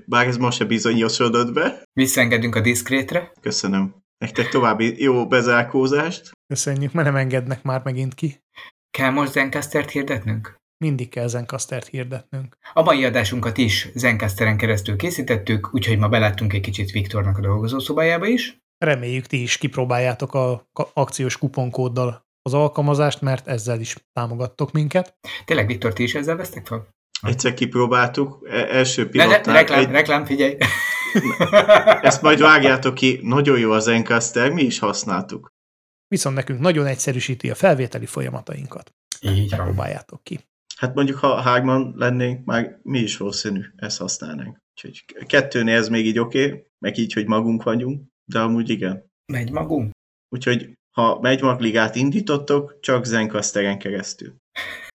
Bár ez most se bizonyosodott be.
Visszaengedünk a diszkrétre.
Köszönöm. Nektek további jó bezárkózást.
Köszönjük, mert nem engednek már megint ki.
Kell most Zencastert hirdetnünk?
Mindig kell Zencastert hirdetnünk.
A mai adásunkat is Zencasteren keresztül készítettük, úgyhogy ma beláttunk egy kicsit Viktornak a dolgozószobájába is.
Reméljük ti is kipróbáljátok a ka- akciós kuponkóddal az alkalmazást, mert ezzel is támogattok minket.
Tényleg, Viktor, ti is ezzel vesztek fel?
Egyszer kipróbáltuk, e- első
Ne, ne,
pilotán.
reklám,
egy-
reklám, figyelj!
Ezt majd vágjátok ki, nagyon jó az Encaster, mi is használtuk.
Viszont nekünk nagyon egyszerűsíti a felvételi folyamatainkat.
Így van.
Próbáljátok ki.
Hát mondjuk, ha hárman lennénk, már mi is valószínű, ezt használnánk. Úgyhogy k- kettőnél ez még így oké, okay, meg így, hogy magunk vagyunk, de amúgy igen.
Megy magunk.
Úgyhogy, ha megymakligát indítottok, csak Zencasteren keresztül.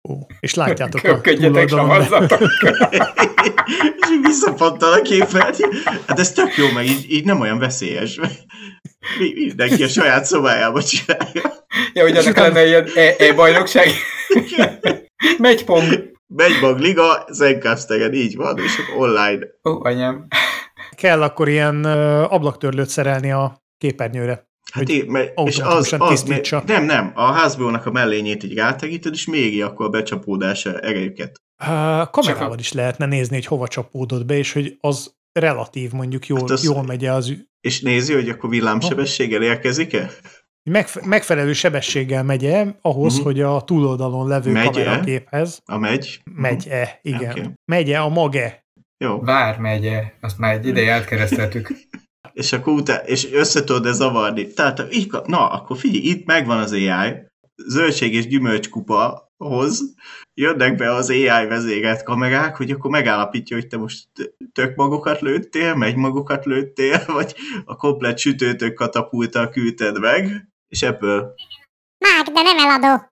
Ó, és látjátok a
Köpködjetek,
túloldalon,
savazzatok!
És így visszapattan a képet. Hát ez tök jó, meg így, így nem olyan veszélyes. Mi- Mindenki a saját szobájába csinálja.
Ja, hogy annak lenne ilyen e, e bajnokság. Megy pong.
Megymagliga, Zencasteren, így van, és akkor online.
Ó, anyám.
kell akkor ilyen ö, ablaktörlőt szerelni a képernyőre.
Hát
Hogy
én, mert, és az,
automatikusan
az még,
tisztítsa.
nem, nem, a házbónak a mellényét így rátegíted, és méri akkor a becsapódása erejüket.
Uh,
Csak
kamerával
a-
is lehetne nézni, hogy hova csapódott be, és hogy az relatív mondjuk jól,
Hát
hát
az-
az... jól megy az ü-
És nézi, hogy akkor villámsebességgel érkezik-e?
megfe- megfelelő sebességgel megy-e ahhoz,
Mhm.
uh-huh. hogy a túloldalon levő
Megy-e?
kameraképhez
A megy?
megy-e, igen.
Oké.
Okay. Megy-e a mage?
Jó.
Vár megye, azt már egy ideje átkereszteltük.
És akkor utá- és össze tudod-e zavarni. Tehát így kap- na, akkor figyelj, itt megvan az AI, zöldség és gyümölcskupa hoz, jönnek be az AI vezégelt kamerák, hogy akkor megállapítja, hogy te most t- tök magokat lőttél, megy magokat lőttél, vagy a komplet sütőtök katapulttal küldted meg, és ebből
Mák, de nem eladó.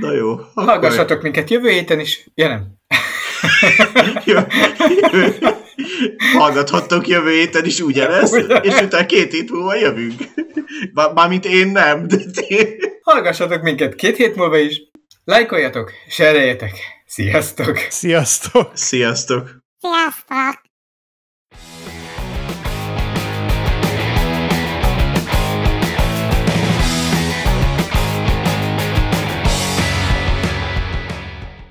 Na jó. akkor-
Hallgassatok minket jövő héten is. Ja nem.
Jö- jövő- Hallgathattok jövő héten is ugyanezt, és utána két hét múlva jövünk. Bá- Mármint én nem, de ti...
Hallgassatok minket két hét múlva is. Lájkoljatok, sereljetek. Sziasztok!
Sziasztok!
Sziasztok!
Sziasztok!